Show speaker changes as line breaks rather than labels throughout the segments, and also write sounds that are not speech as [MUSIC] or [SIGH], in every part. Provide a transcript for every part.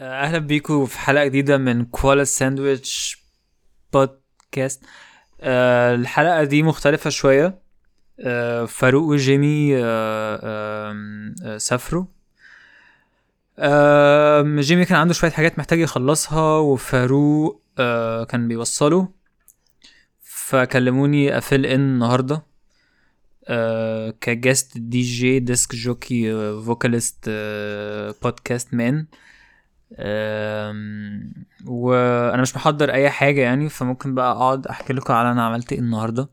اهلا بيكم في حلقه جديده من كوالا ساندويتش بودكاست آه، الحلقه دي مختلفه شويه آه، فاروق وجيمي آه، آم، آه، سافروا آم، جيمي كان عنده شويه حاجات محتاج يخلصها وفاروق آه، كان بيوصله فكلموني افل ان النهارده آه، كجست دي جي ديسك جوكي آه، فوكاليست آه، بودكاست مان أم، وانا مش محضر اي حاجه يعني فممكن بقى اقعد احكي لكم على انا عملت ايه النهارده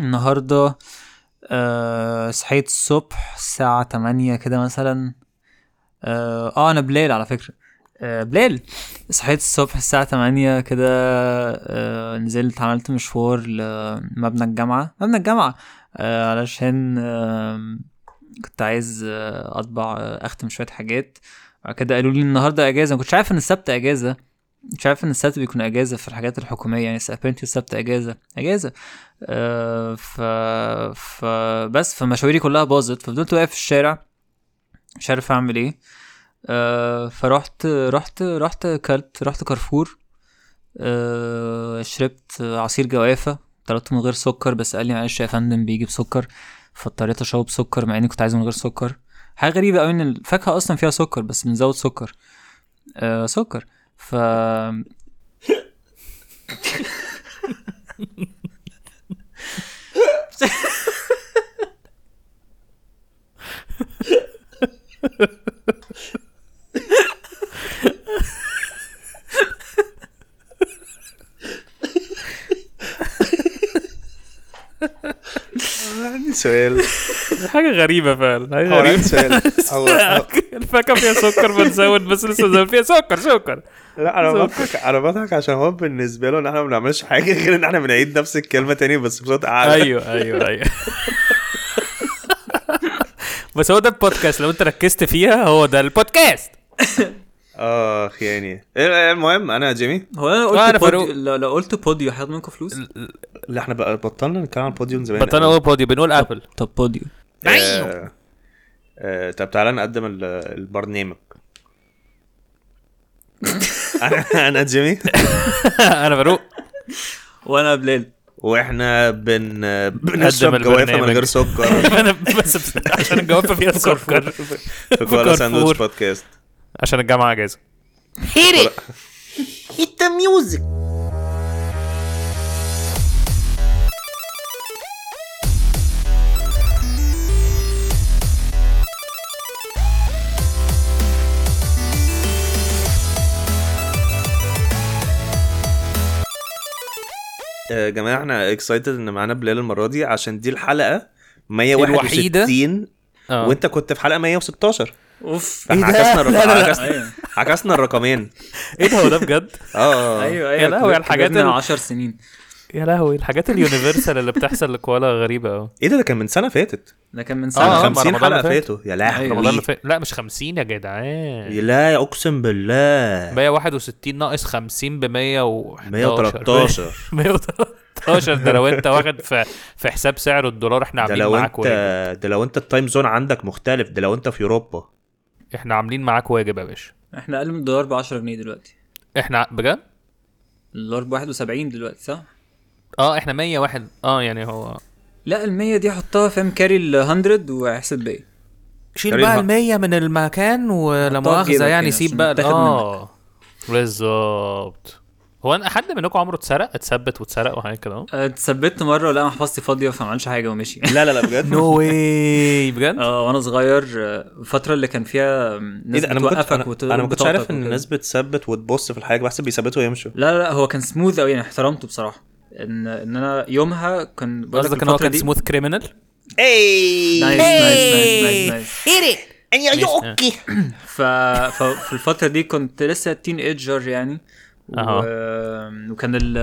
النهارده أه صحيت الصبح الساعه 8 كده مثلا اه آه، انا بلال على فكره أه بلال صحيت الصبح الساعه 8 كده أه نزلت عملت مشوار لمبنى الجامعه مبنى الجامعه أه علشان أه كنت عايز آه، اطبع آه، اختم شويه حاجات بعد كده قالوا لي النهارده اجازه ما كنتش عارف ان السبت اجازه مش عارف ان السبت بيكون اجازه في الحاجات الحكوميه يعني سابنتي السبت اجازه اجازه آه ف فبس فمشاويري كلها باظت ففضلت واقف في الشارع مش عارف اعمل ايه آه فرحت رحت رحت كلت رحت كارفور آه شربت عصير جوافه طلبته من غير سكر بس قال لي معلش يا فندم بيجي بسكر فاضطريت اشربه بسكر مع اني كنت عايزه من غير سكر حاجه غريبه قوي ان الفاكهه اصلا فيها سكر بس بنزود سكر آه سكر ف
عندي سؤال
حاجة غريبة فعلا حاجة
هو أنا
غريبة [LAUGHS]
عندي سؤال هو هو-
الفاكهة فيها سكر بتزود بس لسه زود فيها سكر سكر
لا انا بضحك انا بضحك عشان هو بالنسبه له ان احنا ما بنعملش حاجه غير ان احنا بنعيد نفس الكلمه تاني بس بصوت اعلى
ايوه ايوه ايوه [LAUGHS] بس هو ده البودكاست لو انت ركزت فيها هو ده البودكاست
اخ يعني إيه، المهم انا جيمي
هو انا
آه،
قلت
أنا
بوديو
فاروق.
لو, لو قلت بوديو هياخد منكم فلوس
لا احنا بقى بطلنا نتكلم عن بوديوم زمان
بطلنا
قوي.
هو بودي بنقول ابل [LAUGHS]
طب بوديو
آه، آه، طب تعالى نقدم ال- [LAUGHS] البرنامج انا انا جيمي
انا [LAUGHS] فاروق
وانا بلال
واحنا بن بنشرب
البرنامج.
جوافه من غير سكر
انا بس عشان الجوافة فيها سكر
في كوالا
كارفور.
ساندوتش بودكاست
عشان الجامعة اجازة
hit the music يا جماعه آه، احنا اكسايتد ان معانا بلال المره دي عشان دي الحلقه 161
اه
وانت كنت في حلقه 116
اوف
فاحنا
[LAUGHS] إيه ده؟
عكسنا الرقم
لا، لا، لا.
عكسنا
ايوه
عكسنا الرقمين
ايه ده هو ده بجد
اه
ايوه
آه. يا لهوي على
ايوه
الحاجات
كبرنا
ال-
10 سنين
يا لهوي الحاجات اليونيفرسال اللي بتحصل لكوالا غريبة قوي
ايه ده ده كان من سنه فاتت
ده كان من
سنه
آه،
سنه
ما
50
رمضان
حلقه
اللي فات.
فاتوا يا لهوي
أيوة.
رمضان اللي فات لا مش 50 يا جدعان
لا اقسم بالله
161 ناقص 50 ب 111 [LAUGHS]
113
113 ده لو انت واخد في في حساب سعر الدولار احنا
ده
عاملين
لو
معاك
انت
واجب
ده لو انت التايم زون عندك مختلف ده لو انت في اوروبا
احنا عاملين معاك واجب يا باشا
احنا اقل من الدولار ب 10 جنيه دلوقتي
احنا ع- بجد
الدولار ب 71 دلوقتي صح؟
اه احنا 101 اه يعني هو
لا ال 100 دي حطها فاهم كاري ال 100 واحسب باقي
شيل
تقريبا.
بقى ال 100 من المكان ولا
حطها في
مؤاخذه
جيبك
يعني
هنا
سيب
عشان
بقى ال-
تاخد
اه بالظبط هو انا حد منكم عمره اتسرق اتثبت واتسرق وحاجات كده اهو
أه، اتثبت مره ولا محفظتي فاضيه فما عملش حاجه ومشي [LAUGHS]
لا لا لا بجد
[LAUGHS] نو واي [LAUGHS] بجد
اه وانا صغير آه، الفتره اللي كان فيها
ايه
ناس
ده انا ما كنتش
بتوقفك
انا,
وت-
أنا ما كنتش
وبتقطعك
عارف ان
وكده.
الناس بتثبت وتبص في الحاجه بحسب بيثبتوا ويمشوا
لا لا هو كان سموث قوي يعني احترمته بصراحه ان ان انا يومها كان بقول لك
قصدك ان هو
الفترة
كان
دي-
سموث كريمنال
اي
إيه!
نايس نايس نايس نايس نايس
ماشي.
ف... ففي الفتره دي كنت لسه تين ايجر يعني و... وكان ال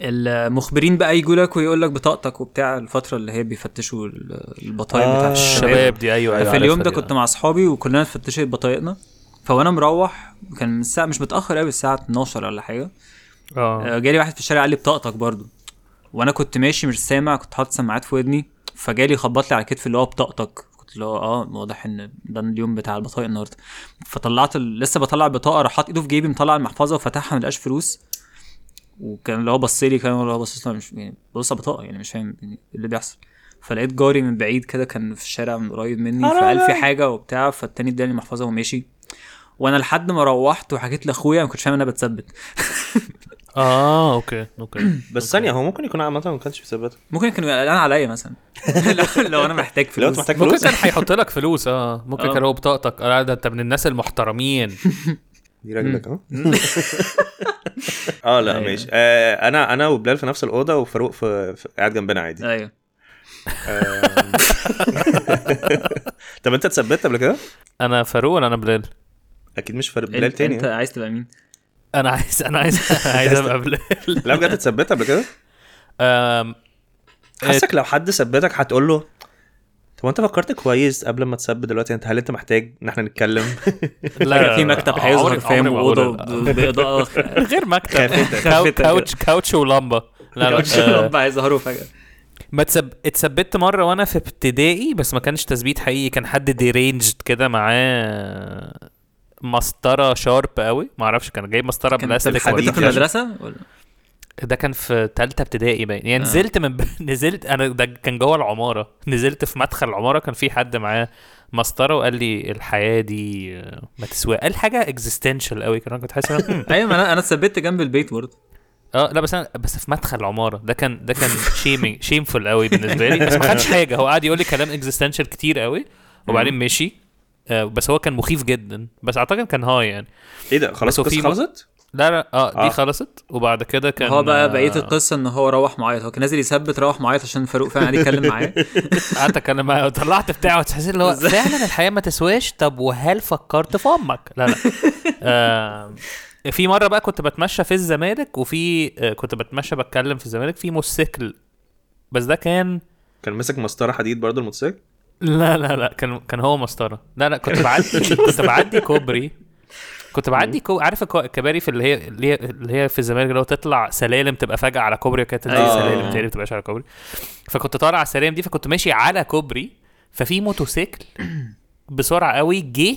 المخبرين بقى يجوا لك ويقول لك بطاقتك وبتاع الفتره اللي هي بيفتشوا ال- البطايق
آه.
بتاعت
الشباب دي ايوه ايوه
آه، في اليوم
عارفها
ده
دي،
كنت مع اصحابي وكلنا فتشت بطايقنا فوانا مروح كان من الساعه مش متاخر قوي الساعه 12 ولا حاجه
اه
آه، جالي واحد في الشارع قال لي بطاقتك برضو وانا كنت ماشي مش سامع كنت حاطط سماعات في ودني فجالي خبط لي على كتفي اللي هو بطاقتك كنت اللي هو اه واضح ان ده اليوم بتاع البطايق النهارده فطلعت ال... لسه بطلع البطاقه راح حاط ايده في جيبي مطلع المحفظه وفتحها ما لقاش فلوس وكان اللي هو بص لي كان اللي هو بص لي مش يعني بص على البطاقه يعني مش فاهم يعني إيه اللي بيحصل فلقيت جاري من بعيد كده كان في الشارع من قريب مني فقال في حاجه وبتاع فالتاني اداني المحفظه وماشي وانا لحد ما روحت وحكيت لاخويا ما كنتش فاهم إن انا بتثبت
اه اوكي اوكي
[COUGHS] بس ثانيه هو ممكن يكون عامه ما كانش بيثبتك
ممكن كان يبقى قلقان عليا مثلا إيه [LAUGHS] لو- لو انا محتاج
لو انت
فلوس
محتاج
ممكن
فلوس
كان هيحط لك فلوس اه ممكن
آه.
كان هو بطاقتك اه ده انت من الناس المحترمين
دي راجلك اه [LAUGHS] اه لا
أيوة.
ماشي آه، انا انا وبلال في نفس الاوضه وفاروق في في- قاعد جنبنا عادي
ايوه
آم. طب انت اتثبتت قبل كده؟
انا فاروق ولا انا بلال
اكيد مش فاروق بلال
انت,
تاني
انت
يعني.
عايز تبقى مين؟
انا عايز انا عايز [LAUGHS] عايز ابقى بلال
لا بجد اتثبتت قبل كده؟
آم،
حاسك لو حد ثبتك هتقول له طب انت فكرت كويس قبل ما تثبت دلوقتي انت هل انت محتاج ان احنا نتكلم [LAUGHS]
فاكر
لا
في مكتب
عمري-
هيظهر فاهم
عمري ما هقول
واوضه
لا. [LAUGHS]
وب- باضاءه
غير مكتب
خافتك.
كاو-
خافتك.
كاوتش كاوتش ولمبه
[LAUGHS]
لا لا
كاوتش
آه،
لمبة هيظهروا فجاه
ما تسب... اتثبت مره وانا في ابتدائي بس ما كانش تثبيت حقيقي كان حد ديرينجد كده معاه مسطره شارب قوي ما اعرفش كان جايب مسطره
كان
بلاستيك
الحديد
انت في
ولا إيه.
يعني.
المدرسه ولا
ده كان في ثالثه ابتدائي باين
آه.
يعني نزلت من ب... [LAUGHS] نزلت انا ده كان جوه العماره نزلت في مدخل العماره كان في حد معاه مسطره وقال لي الحياه دي ما تسوى قال حاجه اكزيستنشال قوي كان أنا كنت حاسس إن أنا،
[LAUGHS]
"هم،
ايوه ما انا انا اتثبت جنب البيت برضه
اه لا بس انا بس في مدخل العماره ده كان ده كان شيمينج شيمفul قوي بالنسبه لي بس ما
[LAUGHS]
خدش حاجه هو قعد يقول لي كلام اكزيستنشال كتير قوي وبعدين مشي آه بس هو كان مخيف جدا بس اعتقد كان هاي يعني
ايه ده خلاص
بس وفي
القصة
م-
خلصت؟
لا لا اه
آه.
دي خلصت وبعد كده كان
هو بقى بقيه
آه،
القصه ان هو روح معيط هو كان نازل يثبت روح معيط عشان فاروق فعلا قاعد يتكلم
[LAUGHS]
معاه
قعدت اتكلم معاه طلعت بتاعه وتحس اللي هو فعلا الحياه ما تسواش طب وهل فكرت في امك؟ لا لا آه في مره بقى كنت بتمشى في الزمالك وفي آه كنت بتمشى بتكلم في الزمالك في موتوسيكل بس ده كان
كان ماسك مسطره حديد برضه الموتوسيكل
لا لا لا كان كان هو مسطره لا لا كنت بعدي كنت بعدي كوبري كنت بعدي كو... عارف الكو- الكباري في اللي هي اللي هي, اللي هي في الزمالك اللي هو تطلع سلالم تبقى فجاه على كوبري وكانت تنزل
آه.
سلالم تاني ما تبقاش على كوبري فكنت طالع على السلالم دي فكنت ماشي على كوبري ففي موتوسيكل بسرعه قوي جه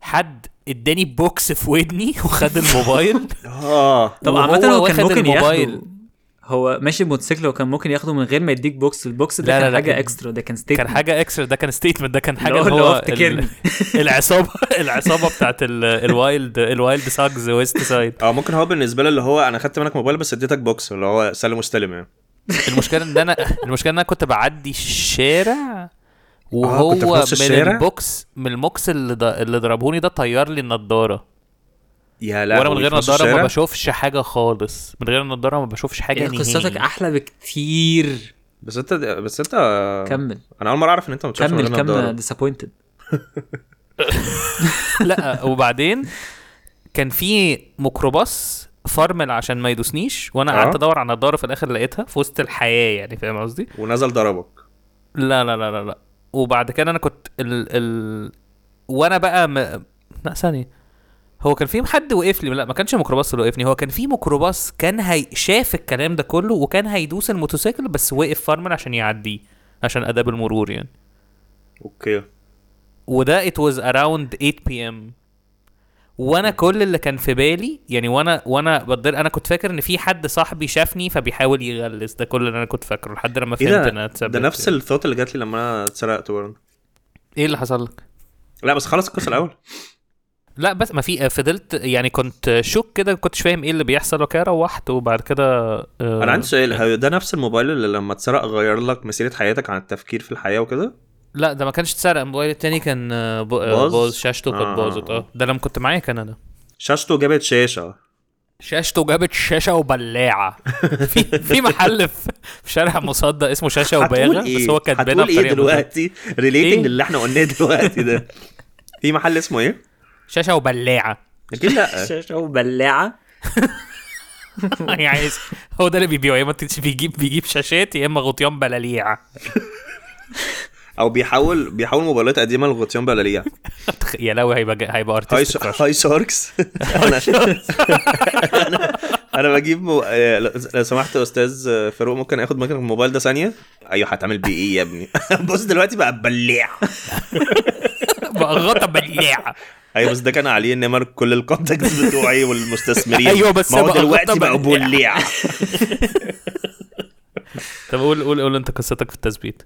حد اداني بوكس في ودني [LAUGHS] وخد الموبايل
اه
طب
وهو
عامه هو
واخد
كان ممكن
الموبايل.
ياخده هو ماشي بموتوسيكل وكان ممكن ياخده من غير ما يديك بوكس البوكس ده
لا، لا،
كان
لا،
حاجه
كان-
اكسترا ده كان ستيك
كان حاجه اكسترا ده كان ستيتمنت ده كان حاجه
هو
اللي
اللي هو
هو [LAUGHS]
افتكرني.
ال- العصابه العصابه بتاعت ال- الوايلد الوايلد ساجز ويست سايد
اه ممكن هو بالنسبه له اللي هو انا خدت منك موبايل بس اديتك بوكس اللي هو سلم واستلم يعني
المشكله ان انا المشكله ان انا كنت بعدي الشارع وهو
آه، كنت في
من
نص الشارع؟
البوكس من الموكس اللي ض- اللي ضربوني ده طير لي النضاره
يا لا
وانا من غير نضاره ما بشوفش حاجه خالص من غير نضاره ما بشوفش حاجه
يعني
نهائي
قصتك احلى بكتير
بس انت بس انت
كمل
انا اول مره اعرف ان انت ما بتشوفش من غير
كمل
نضاره
كمل ديسابوينتد
[LAUGHS] لا وبعدين كان في ميكروباص فرمل عشان ما يدوسنيش وانا
آه.
قعدت ادور على النضاره في الاخر لقيتها في وسط الحياه يعني فاهم قصدي؟
ونزل ضربك
لا لا لا لا لا وبعد كده انا كنت ال ال وانا بقى م... لا ثانيه هو كان في حد وقف لي لا ما كانش ميكروباص اللي وقفني هو كان في ميكروباص كان هي شاف الكلام ده كله وكان هيدوس الموتوسيكل بس وقف فرمل عشان يعديه عشان اداب المرور يعني
اوكي ايه
وده it was around 8 بي ام وانا كل اللي كان في بالي يعني وانا وانا بضل انا كنت فاكر ان في حد صاحبي شافني فبيحاول يغلس ده كل اللي انا كنت فاكره لحد لما
ايه
فهمت ان انا
ده
اتثبت
ده نفس
يعني.
الثوت اللي جات لي لما انا اتسرقت برضه
ايه اللي حصل لك؟
لا بس خلص القصه
[LAUGHS]
الاول
لا بس ما في فضلت يعني كنت شوك كده ما كنتش فاهم ايه اللي بيحصل وكده روحت وبعد كده آه،
انا عندي سؤال هو ده نفس الموبايل اللي لما اتسرق غير لك مسيره حياتك عن التفكير في الحياه وكده
لا ده ما كانش اتسرق الموبايل التاني كان آه، ب- آه،
باظ؟
باظ شاشته
آه.
كانت باظت اه ده لما كنت معايا كان انا
شاشته جابت شاشه
شاشته جابت
[LAUGHS]
شاشه وبلاعه في في محل في في شارع مصدق اسمه شاشه وباغه
هتقول
بس هو كاتبينها
هتقول ايه
بطريقه مختلفة.
دلوقتي ريليتنج
[LAUGHS] إيه؟
اللي احنا قلناه دلوقتي ده في محل اسمه ايه؟
شاشه وبلاعه
اكيد لا
شاشه وبلاعه
[LAUGHS] يعني هو ده اللي بيبيعه يا اما تكتشف بيجيب بيجيب شاشات يا اما غطيان بلاليع
او بيحول بيحول موبايلات قديمه لغطيان بلاليع
[LAUGHS] يا لهوي هيبقى هيبقى
هاي [LAUGHS]
ارتست
هاي شاركس انا انا بجيب مو... آه، لو لو سمحت يا استاذ آه، فاروق ممكن اخد مكانك الموبايل ده ثانيه ايوه هتعمل بيه ايه يا ابني [LAUGHS] بص دلوقتي بقى بلاع
[LAUGHS] بقى غطا بلاع
ايوه بس ده كان عليه نمر كل الكونتاكتس بتوعي والمستثمرين
[LAUGHS] أيوه، بس
ما هو
بقى
دلوقتي
غطا
بقى
بلاع.
بلاع
طب قول قول قول انت قصتك في التثبيت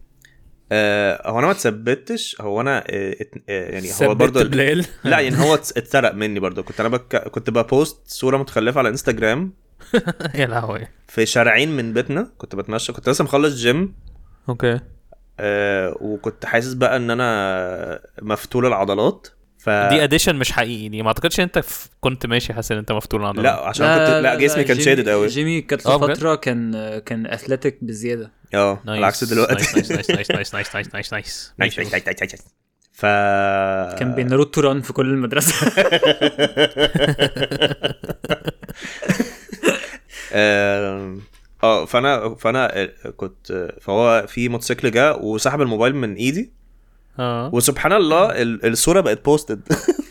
آه، هو انا ما اتثبتش هو انا آه، ات- آه، يعني هو برضه
ثبت بلال
لا يعني هو اتس- اتسرق مني برضه كنت انا بك... كنت ببوست صوره متخلفه على انستجرام
[LAUGHS] يا لهوي
في شارعين من بيتنا كنت بتمشى كنت لسه مخلص جيم
اوكي
آه وكنت حاسس بقى ان انا مفتول العضلات ف
دي اديشن مش حقيقي دي ما اعتقدش ان انت ف... كنت ماشي حاسس ان انت مفتول عضلات
لا عشان كنت لا, جسمي كان
جيمي-
شادد قوي
جيمي كانت
آه،
له
بجد؟
فتره كان كان اثليتيك بزياده
اه على عكس دلوقتي
نايس نايس نايس نايس نايس
[LAUGHS] نايس
نايس نايس نايس
نايس
ماشي.
نايس نايس نايس. ف
كان بيناروتو ران في كل المدرسه
[LAUGHS] آم، اه فانا فانا آه، كنت آه، فهو في موتوسيكل جه وسحب الموبايل من ايدي
اه
وسبحان الله ال- الصوره بقت بوستد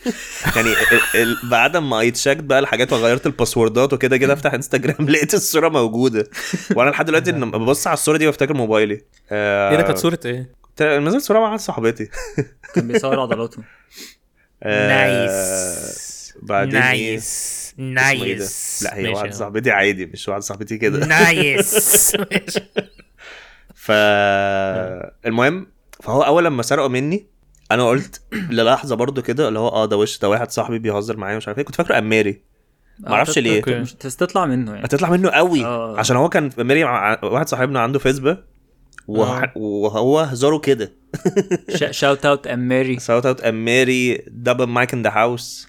[LAUGHS] يعني ال- ال- بعد ما ايتشيكت بقى الحاجات وغيرت الباسوردات وكده كده افتح انستجرام [LAUGHS] لقيت الصوره موجوده وانا لحد دلوقتي لما ببص على الصوره دي بفتكر موبايلي آه،
ايه ده كانت صوره ايه؟
كنت نزلت صوره مع صاحبتي
كان بيصور عضلاته
آه،
نايس
بعدين إيه؟
نايس
اسمه إيه ده؟
نايس
لا هي
ماشي.
واحد
[LAUGHS]
صاحبتي عادي مش واحد صاحبتي كده
نايس
[LAUGHS]
ماشي.
ف المهم فهو اول لما سرقوا مني انا قلت للحظه برضو كده اللي هو اه ده وش ده واحد صاحبي بيهزر معايا مش عارف ايه كنت فاكره اميري
آه،
معرفش ليه.
أعتقد مش تستطلع منه يعني
هتطلع منه قوي
آه.
عشان هو كان اميري مع واحد صاحبنا عنده فيسبا وه... وهو هزاره كده
شاوت اوت ام ماري
ساوت اوت اميري دبل مايك ان ذا هاوس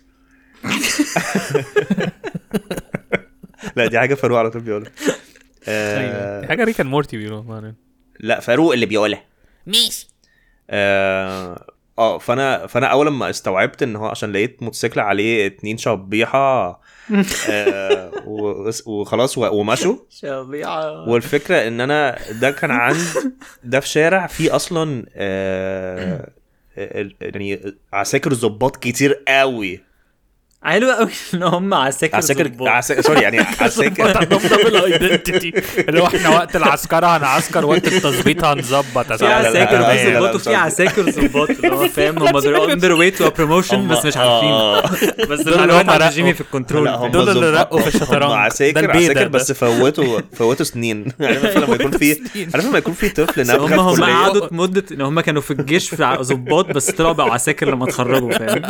لا دي حاجه فاروق على طول بيقولها
أيوة.
آه...
دي حاجه ريكان مورتي بيقولوا
[LAUGHS]
معنا.
لا فاروق اللي بيقولها
ماشي
اه آه، فانا فانا اول لما استوعبت ان هو عشان لقيت موتوسيكل عليه اتنين شبيحه آه و- وخلاص و- ومشوا
شبيعه
والفكره ان انا ده كان عند ده في شارع فيه اصلا آه ال- يعني عساكر ظباط كتير قوي
حلو قوي ان هم عساكر
عساكر
ظباط.
عساكر سوري يعني
ظبط
عساكر
عندهم دبل ايدنتيتي اللي هو احنا وقت العسكرة هنعسكر وقت التظبيط هنظبط
في
لا، لا، لا،
عساكر
لا، لا، لا،
بس ظباط
لا،
وفي
لا، لا.
عساكر ظباط اللي هو فاهم هم بيبقوا اندر ويت وبروموشن بس مش عارفين
آه.
بس
اللي
المعلومات
هم
عند
رقوا.
جيمي في الكنترول
لا، هم
[LAUGHS] دول اللي
ظباط.
رقوا في الشطرنج.
هم
ده
عساكر
البيضة
عساكر
ده.
بس فوتوا فوتوا
[LAUGHS]
سنين عارف لما يكون في عارف لما يكون في طفل
بس هم
نابغه في
هم
كلية
قعدوا مده ان هم كانوا في الجيش في ع- ظباط بس طلعوا بقوا عساكر لما اتخرجوا
[LAUGHS]
فاهم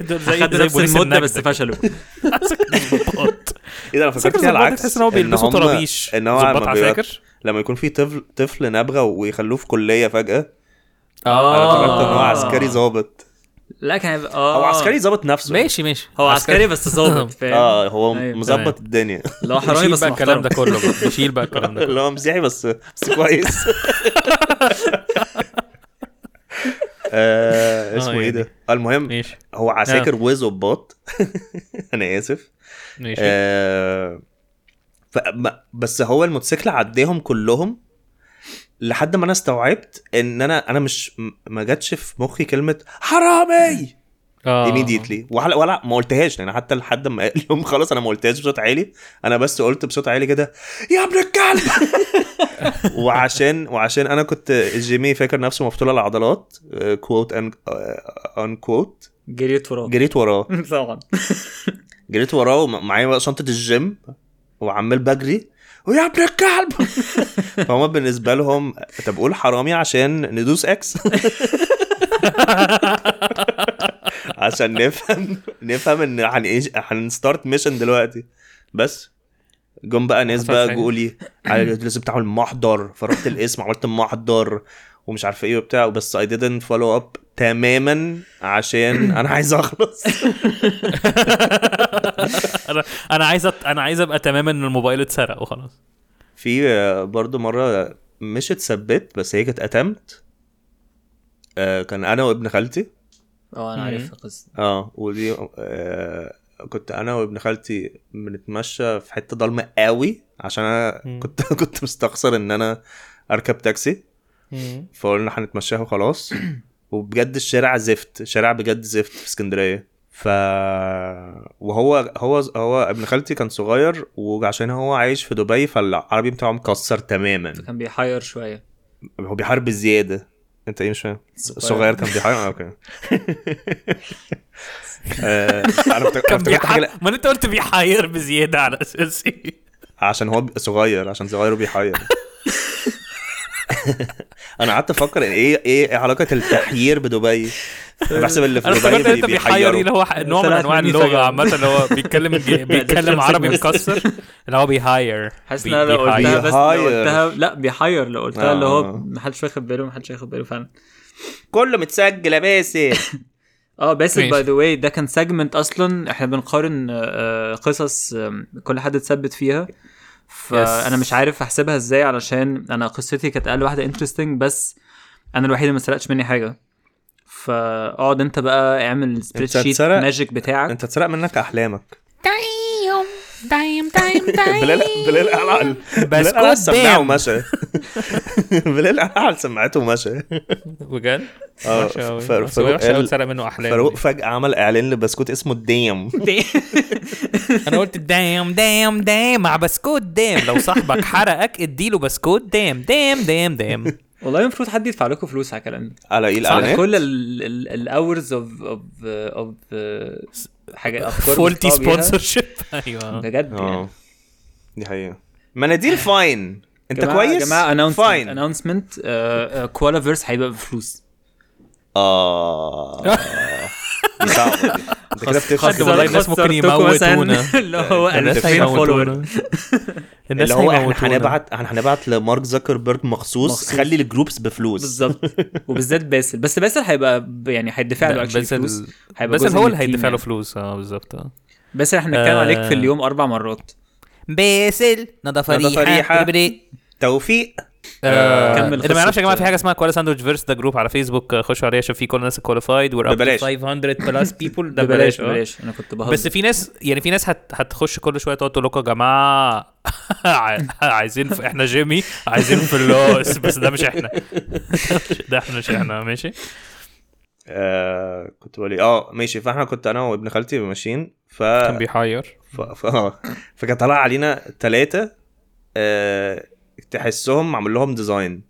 دول زي
خدوا
زي
نفس
بوليس
المده بس
النكدة كده.
فشلوا
عساكر [LAUGHS] ظباط
ايه ده انا
عساكر
فكرت فيها
ظباط
العكس
تحس ان هو بيلبسوا
هم-
طرابيش
ان هو
ظباط
لما بي-
عساكر
لما يكون في طفل طفل نابغه ويخلوه في كليه فجاه انا
آه.
افتكرت ان هو عسكري ظابط
لا كان هيبقى
او
اه
عسكري ظابط نفسه
ماشي ماشي
هو عسكري بس
[LAUGHS]
ظابط فاهم
اه هو
أيوة.
مظبط الدنيا
لو حرامي
نشيل
بس
آه. بقى الكلام ده
محترم
كله بقى. نشيل بقى
[LAUGHS]
[LAUGHS]
الكلام ده كله
اللي هو مسيحي بس بس
[LAUGHS]
كويس آه
آه،
اسمه ايه ده؟
يعني.
آه، المهم
ماشي
هو عساكر وظباط [LAUGHS] انا اسف
ماشي
آه ف ما- بس هو الموتوسيكل عداهم كلهم لحد ما انا استوعبت ان انا انا مش م- ما جاتش في مخي كلمه حرامي
اه [LAUGHS]
immediately ولا ولا ما قلتهاش لان حتى لحد ما قال لهم خلاص انا ما قلتهاش بصوت عالي انا بس قلت بصوت عالي كده يا ابن الكلب [LAUGHS] وعشان وعشان انا كنت جيمي فاكر نفسه آه، مفتول العضلات كوت ان كوت
جريت
[LAUGHS]
وراه
آه، جريت وراه
طبعا
جريت وراه ومعايا بقى شنطه الجيم وعمال بجري ويا ابن الكلب [LAUGHS] فهم بالنسبه لهم طب قول حرامي عشان ندوس اكس [LAUGHS] عشان نفهم نفهم ان هن إيه- هنستارت ميشن دلوقتي بس جم بقى ناس
حصل
بقى
خير.
جوا لي على- لازم تعمل محضر فرحت الاسم عملت محضر ومش عارف ايه وبتاع بس اي didn't فولو اب تماما عشان انا عايز اخلص
انا انا عايز أت... انا عايز ابقى تماما ان الموبايل اتسرق وخلاص
في آه، برضو مرة مش اتثبت بس هي كانت اتمت كان انا وابن خالتي
اه انا عارف القصه
اه ودي آه، كنت انا وابن خالتي بنتمشى في حته ضلمه قوي عشان انا كنت [LAUGHS] كنت مستخسر ان انا اركب تاكسي فقلنا هنتمشاها وخلاص وبجد الشارع زفت شارع بجد زفت في اسكندريه ف وهو هو هو ابن خالتي كان صغير وعشان هو عايش في دبي فالعربي بتاعه مكسر تماما
فكان بيحير شويه
هو بيحارب بالزياده انت ايه مش فاهم صغير كان بيحارب آه، اوكي [LAUGHS] آه، أنا افتكرت- أنا
كان
افتكرت حاجة-
بيحير ما أنا انت قلت بيحير بزياده على اساس ايه
عشان هو بيبقى صغير عشان صغير
[LAUGHS]
وبيحير انا قعدت افكر إن ايه ايه علاقه التحيير بدبي أنا بحسب اللي في
انا افتكرت
دبي
انت
بي-
بيحير ايه اللي
بيحيروا
هو ح- نوع من
طلعت
انواع
آه، مني
اللغه
فجأة.
عامه اللي هو بيتكلم
[LAUGHS]
بيتكلم عربي مكسر اللي هو بيهاير
حاسس ان
بي-
انا لو
بيحير.
قلتها بس لو
بيحير.
قلتها لا بيحير لو قلتها اللي هو
آه.
محدش واخد باله محدش هياخد باله فعلا
كله متسجل يا
[LAUGHS]
باسل
اه باسل
ماشي.
باي ذا واي ده كان سيجمنت اصلا احنا بنقارن آه، قصص آه، كل حد اتثبت فيها فانا
Yes.
مش عارف احسبها ازاي علشان انا قصتي كانت اقل واحده انترستنج بس انا الوحيد اللي ما سرقش مني حاجه فاقعد انت بقى اعمل سبريد شيت
اتسرق؟
ماجيك بتاعك
انت اتسرق منك احلامك
Damn, damn, damn, damn.
[LAUGHS] بلال بلال قلع ال- [LAUGHS] بلال
بس
قلع
قدام.
السماعه ومشى [LAUGHS] بلال قلع السماعته ومشى
بجد؟
اه،
وحشة أوي.
فاروق-
بس وحشة
فاروق
أوي
قال-
اتسرق منه احلام
فاروق فجاه عمل اعلان لبسكوت اسمه الدام
انا قلت دام دام دام مع بسكوت دام لو صاحبك حرقك اديله بسكوت دام دام دام دام
والله المفروض حد يدفع لكم فلوس على الكلام ده
على ايه
على
الاعلانات
كل الاورز اوف اوف اوف
[LAUGHS]
حاجه افكار
فولتي
بيطلعوا uh، بيها.
سبونسر شيب
[LAUGHS]
ايوه
بجد يعني
اه دي حقيقه [LAUGHS] مناديل فاين انت
جماعة- uh،
كويس
يا جماعه
فاين
اناونسمنت اناونسمنت كوالا فيرس هيبقى بفلوس
اه [LAUGHS] دي صعبة دي. انت كده
خد
بتفهم
والله
كده.
الناس ممكن
خسرتكم مثلا
يموتونا [LAUGHS]
اللي هو
الناس
2000 فولور
هيموتونا الناس
اللي هو احنا
هيموتونا.
هنبعت احنا هنبعت لمارك زكربرج مخصوص
مخصوص.
خلي الجروبس بفلوس
بالظبط وبالذات باسل بس باسل هيبقى ب- يعني هيدفع له
لا،
actually
باسل-
فلوس هيبقى
بس
جزء
هو
من
اللي
التيم
هيدفع له
يعني.
فلوس اه بالظبط اه
باسل احنا بنتكلم
آه.
عليك في اليوم اربع مرات
باسل نضافة
نضافة ريحة.
بريق.
توفيق
آه،
كمل
اللي ما يعرفش
قصة-
يا جماعه في حاجه اسمها كوالا ساندويتش فيرس ده جروب على فيسبوك آه، خشوا عليه عشان فيه كل الناس الكواليفايد وير
ببلاش.
500 بلس بيبل ده
ببلاش
ببلاش آه.
ببلاش انا كنت بهزر
بس في ناس يعني في ناس هت هتخش كل شويه تقعد تقول لكم يا جماعه ع- [LAUGHS] عايزين في احنا جيمي عايزين فلوس بس ده مش احنا [LAUGHS] ده احنا مش احنا ماشي
آه كنت بقول إيه؟ اه ماشي فاحنا كنت انا وابن خالتي ماشيين ف
كان بيحير
ف... ف... آه. فكان طلع علينا ثلاثة آه... تحسهم معمول لهم ديزاين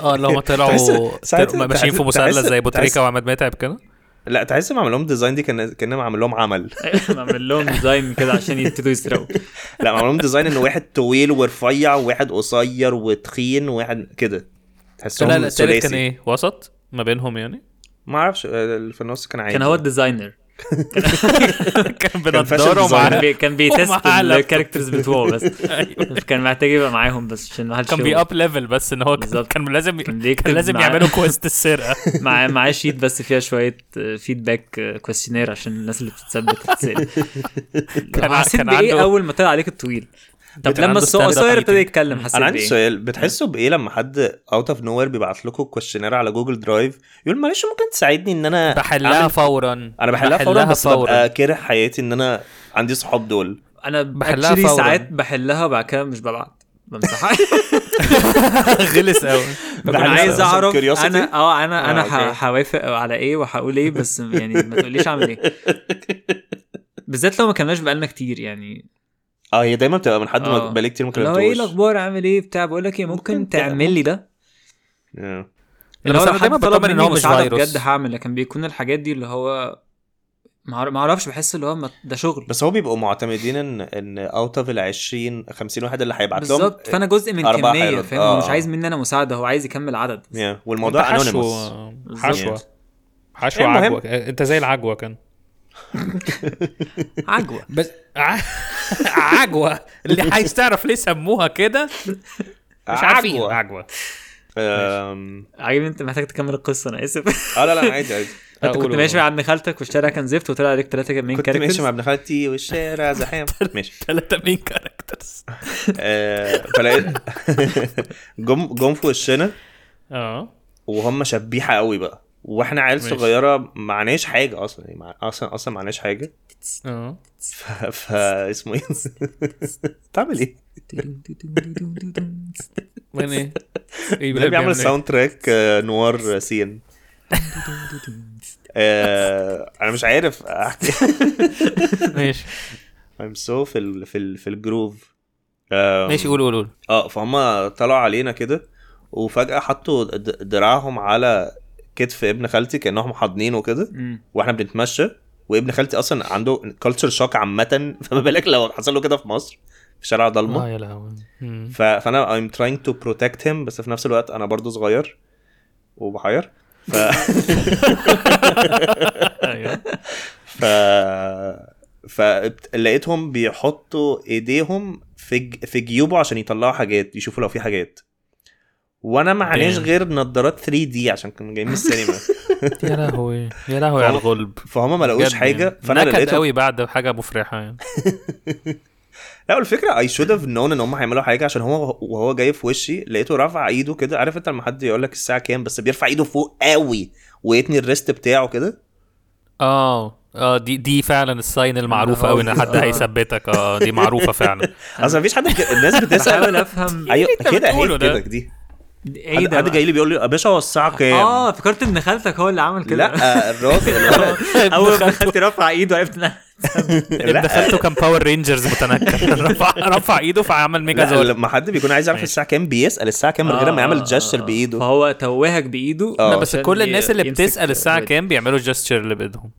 اه لو ما طلعوا
تحس- ساعتها
طلعوا ماشيين في
تحس-
مثلث زي
تحس-
بوتريكا وعماد متعب كده
لا تحس معمول لهم ديزاين دي كان كان معمول لهم عمل
[LAUGHS] بعمل لهم ديزاين كده عشان يبتدوا يسرقوا
[LAUGHS]
لا معمول لهم ديزاين ان واحد طويل ورفيع وواحد قصير وتخين وواحد كده تحسهم
لا لا التالت
ثلاثي.
كان ايه وسط ما بينهم
[LAUGHS]
يعني
ما اعرفش آه، اللي في النص كان عادي
كان هو
أيوة.
الديزاينر
كان
كان
فاشل
بنضاره ومع
ديزاينر.
بي- كان بيتست
ومعاه لابتوب.
الكاركترز بتوعه بس كان محتاج يبقى معاهم بس عشان ما حدش
كان
يقول.
بي اب ليفل بس ان هو كان,
بالظبط.
كان لازم
كان
كان,
بيكتب
لازم
معاه.
يعملوا
[LAUGHS]
كويست السرقه
معاه معاه شيت بس فيها آه، شويه فيدباك كويستشنير عشان الناس اللي بتتثبت تتسال
كان
كان حسيت
كان
بايه
عنده-
اول ما طلع عليك الطويل
طب
لما القصير ابتدى يتكلم حسيت
انا عندي
بايه
سؤال بتحسوا بايه لما حد اوت اوف نوير بيبعت لكم كويشنير على جوجل درايف يقول معلش ممكن تساعدني ان انا
بحلها
أعمل-
[LAUGHS]
فورا
انا بحلها, فورا بس ببقى كاره حياتي ان انا عندي صحاب دول
انا
بحلها
بحلها
فوراً.
ساعات بحلها وبعد كده مش ببعت بمسحها
غلس قوي
بكون
بحلها
عايز
عشان
اعرف
curiosity؟
انا اه انا انا
آه،
ه-
أوكي.
هوافق على ايه وهقول ايه بس يعني ما تقوليش اعمل ايه بالذات لو ما كناش بقالنا كتير يعني
اه هي دايما بتبقى من حد ما
آه.
بقالي كتير ما
اللي هو ايه
كلمتوش
الاخبار عامل ايه بتاع بقول لك ايه ممكن
ممكن تعمل-
تعمل لي ده
آه.
اللي هو
بس
لو
انا دايما
حد طلب
بطمن ان هو
مني
مش
مساعدة
فيروس
بجد هعمل لكن بيكون الحاجات دي اللي هو ما أعرف- ما اعرفش بحس اللي هو ما- ده شغل
بس هو بيبقوا معتمدين ان ان اوت اوف ال 20 50 واحد اللي هيبعت لهم
بالظبط فانا جزء من
أربعة
كميه
حيرات.
فاهم هو
آه.
مش عايز مني انا مساعده هو عايز يكمل عدد
yeah. والموضوع انونيموس
حشوه
حشوة.
حشوه
المهم.
عجوه انت زي العجوه كان
[LAUGHS] عجوه
بس ع- [LAUGHS] عجوه اللي عايز تعرف ليه سموها كده مش عارفين
عجوة.
عجوه
آم،
عجبني انت محتاج تكمل القصه انا اسف
[LAUGHS]
اه لا لا عادي عادي
انت كنت
أقوله.
ماشي مع ابن خالتك والشارع كان زفت وطلع عليك ثلاثه مين
كنت ماشي مع
كاركترز طيب.
ابن خالتي والشارع زحام ماشي
ثلاثه مين كاركترز
آه، فلقيت جم جم في وشنا
اه
وهم شبيحه قوي بقى واحنا عيال
ماشي.
صغيره معناش حاجه اصلا يعني مع... اصلا اصلا معناش حاجه
اه
ف... ف... اسمه [LAUGHS] ايه بتعمل ايه؟
وين [LAUGHS] ايه؟ إيه؟
إيه؟
آه،
[LAUGHS]
ده بيعمل ساوند تراك آه، نوار سين آه، انا مش عارف [LAUGHS] احكي
ماشي
I'm so في ال في ال في آه، الجروف آم،
[LAUGHS] ماشي قول قول قول
اه فهم طلعوا علينا كده وفجأة حطوا د- دراعهم على كتف ابن خالتي كأنهم حاضنينه كده
[LAUGHS] مم.
واحنا بنتمشى وابن خالتي اصلا عنده كلتشر شوك عامة [LAUGHS] فما بالك لو حصل له كده في مصر في شارع ضلمة
اه يا لهوي مم.
ف... فانا I'm trying to protect him بس في نفس الوقت انا برضو صغير وبحير ف...
ايوه
ف فلقيتهم بيحطوا ايديهم في ج... في جيوبه عشان يطلعوا حاجات يشوفوا لو في حاجات وانا ما عانيش
Damn.
غير نظارات 3 دي عشان كنا
[LAUGHS]
جايين من السينما
يا لهوي يا لهوي على الغلب
فهم ما لقوش حاجه
فانا
فانا
نكد
لقيتهم
قوي بعد حاجه مفرحه يعني
لا الفكره اي شود هاف نون ان هم هيعملوا حاجه عشان هو وهو جاي في وشي لقيته رفع ايده كده عارف انت لما حد يقول لك الساعه كام بس بيرفع ايده فوق قوي ويتني الريست بتاعه كده
اه اه دي دي فعلا الساين المعروفه قوي ان حد
آه.
هيثبتك اه دي معروفه [LAUGHS] فعلا
اصلا مفيش حد
[LAUGHS]
الناس
بحاول
بتسال
افهم
ايوه
إيه أنت
كده
بتقوله
هي
ده؟ إيه
كده دي
ايه
حد,
ده
حد
بقى؟
جاي لي بيقول لي يا باشا هو الساعه
آه.
كام
اه فكرت ان خالتك هو اللي عمل كده [LAUGHS]
لا [LAUGHS] الراجل
اول ما خالتي رفع ايده عرفت ان
لا
ابن خالته كان باور رينجرز متنكر [LAUGHS] رفع رفع ايده فعمل ميجا
لا
زورد
لما حد بيكون عايز يعرف الساعه كام بيسال الساعه كام من غير ما يعمل آه. جاستشر بايده
آه، فهو توهك بايده
لا،
بس
عشان
كل الناس اللي
يمسك
بتسال الساعه
الواد.
كام بيعملوا جستشر اللي بايدهم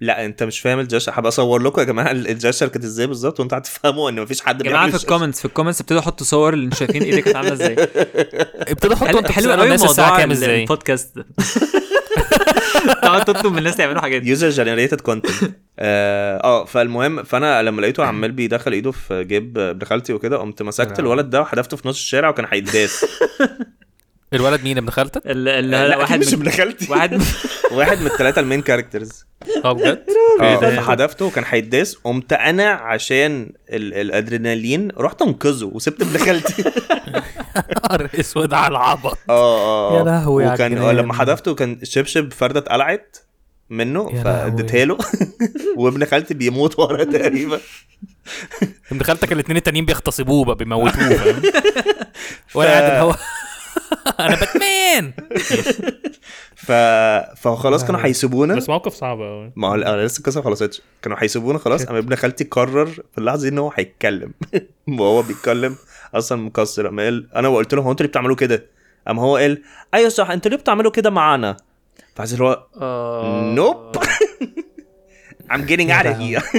لا انت مش فاهم الجاستشر هبقى اصور لكم يا جماعه الجاستشر كانت ازاي بالظبط وانتوا هتفهموا ان مفيش حد
يا جماعه في
بيعمل gesture.
الكومنتس في الكومنتس ابتدوا حطوا صور اللي انتوا شايفين ايدك كانت عامله
[LAUGHS]
ازاي
ابتدى حط
حلو
انت
حلو
حلو
قوي
الناس الساعه
موضوع
كام
ال-
ازاي
البودكاست [LAUGHS]
[LAUGHS]
ده تقعد تطلب من الناس يعملوا حاجات
يوزر جنريتد
[LAUGHS]
كونتنت اه آه، فالمهم فانا لما لقيته عمال بيدخل ايده في جيب ابن خالتي وكده قمت
آه.
مسكت الولد ده وحدفته في نص الشارع وكان هيتداس
الولد مين ابن
[LAUGHS]
خالتك؟
ال- ال-
[LAUGHS] لا، أكيد
واحد
مش
من
ابن خالتي
واحد من-
[LAUGHS] واحد من الثلاثه المين كاركترز
اه بجد؟
إيه
آه،
اه
ده؟
فحدفته وكان هيتداس قمت انا عشان ال- الادرينالين رحت انقذه وسبت ابن خالتي [LAUGHS]
نهار اسود على العبط
اه اه
يا لهوي على
وكان
الجنان.
لما حذفته كان شبشب فرده اتقلعت منه
يا
فاديتها له [LAUGHS] وابن خالتي بيموت ورا تقريبا
ابن خالتك الاثنين التانيين بيغتصبوه بقى بيموتوه
[LAUGHS]
فاهم؟ وانا قاعد اللي هو [LAUGHS] انا باتمان
ف... فخلاص كانوا هيسيبونا
بس موقف صعب قوي
ما هو انا لسه القصه ما خلصتش كانوا هيسيبونا خلاص
[LAUGHS]
اما ابن خالتي قرر في اللحظه دي ان هو هيتكلم [LAUGHS] وهو بيتكلم اصلا مكسر اما قال انا قلت له هو انتوا ليه بتعملوا كده؟ اما هو قال ايوه صح انتوا ليه بتعملوا كده معانا؟ فعايز اللي هو
آه.
نوب [LAUGHS] I'm getting out
[LAUGHS]
of here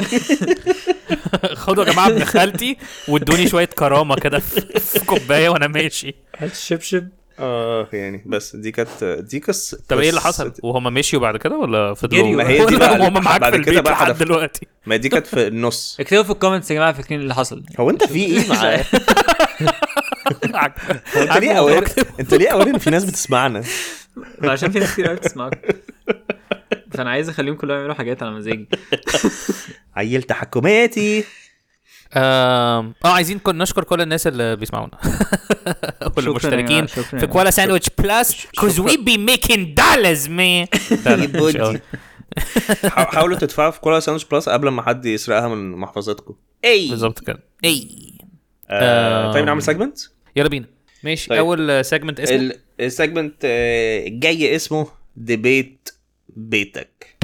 خدوا يا جماعه ابن خالتي وادوني شويه كرامه كده في في كوبايه وانا ماشي
هات الشبشب
اه [LAUGHS] يعني بس دي كانت دي قصه
آه. طب ايه اللي
قصة-
حصل؟ وهم مشيوا بعد كده ولا فضلوا
جريوا.
ما هي دي
ولا
بقى اللي
هم معاك
بعد
في
كده
البيت
بقى
لحد
حدف-
دلوقتي
ما دي كانت في
[LAUGHS]
النص
اكتبوا في الكومنتس يا جماعه فاكرين إيه اللي حصل
هو انت في ايه
[LAUGHS]
مع [LAUGHS] انت
[LAUGHS]
ليه
عجب-
اولا انت ليه اولا ان في ناس بتسمعنا
عشان في ناس كتير قوي بتسمعك فانا عايز اخليهم كلهم يعملوا حاجات على مزاجي
عيل تحكماتي
آم، اه عايزين كن نشكر كل الناس اللي بيسمعونا [LAUGHS] والمشتركين
شكراً يا- شكراً
في
يا-
كوالا ساندويتش بلس كوز وي بي ميكينج دولارز
[LAUGHS]
[LAUGHS] مان لا، لا، مش
بودي.
قوي.
حا- حاولوا تدفعوا في كولا ساندويتش بلس قبل ما حد يسرقها من محفظتكم اي
بالظبط كده اي
آه، طيب
آم.
نعمل سيجمنت
يلا بينا ماشي
طيب.
اول سيجمنت اسمه
السيجمنت آه، الجاي اسمه ديبيت بيتك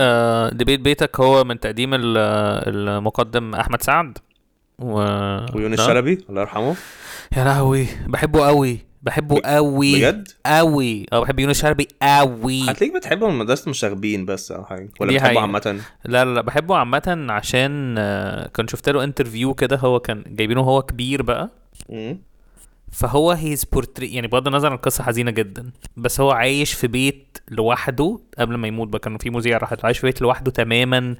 آه، دبيت بيتك هو من تقديم ال- المقدم احمد سعد و...
ويونس
نعم.
شلبي الله يرحمه
يا لهوي بحبه قوي بحبه قوي
بجد؟
قوي اه بحب يونس شلبي قوي
هتلاقيك بتحبه من مدرسه المشاغبين بس او حاجه ولا
دي
بتحبه
حقيقة.
عامه
لا لا لا بحبه عامة عشان آه، كان شفت له انترفيو كده هو كان جايبينه هو كبير بقى
مم.
فهو هيز بورتري يعني بغض النظر عن القصة حزينة جدا بس هو عايش في بيت لوحده قبل ما يموت بقى كانوا في مذيع راحت عايش في بيت لوحده تماما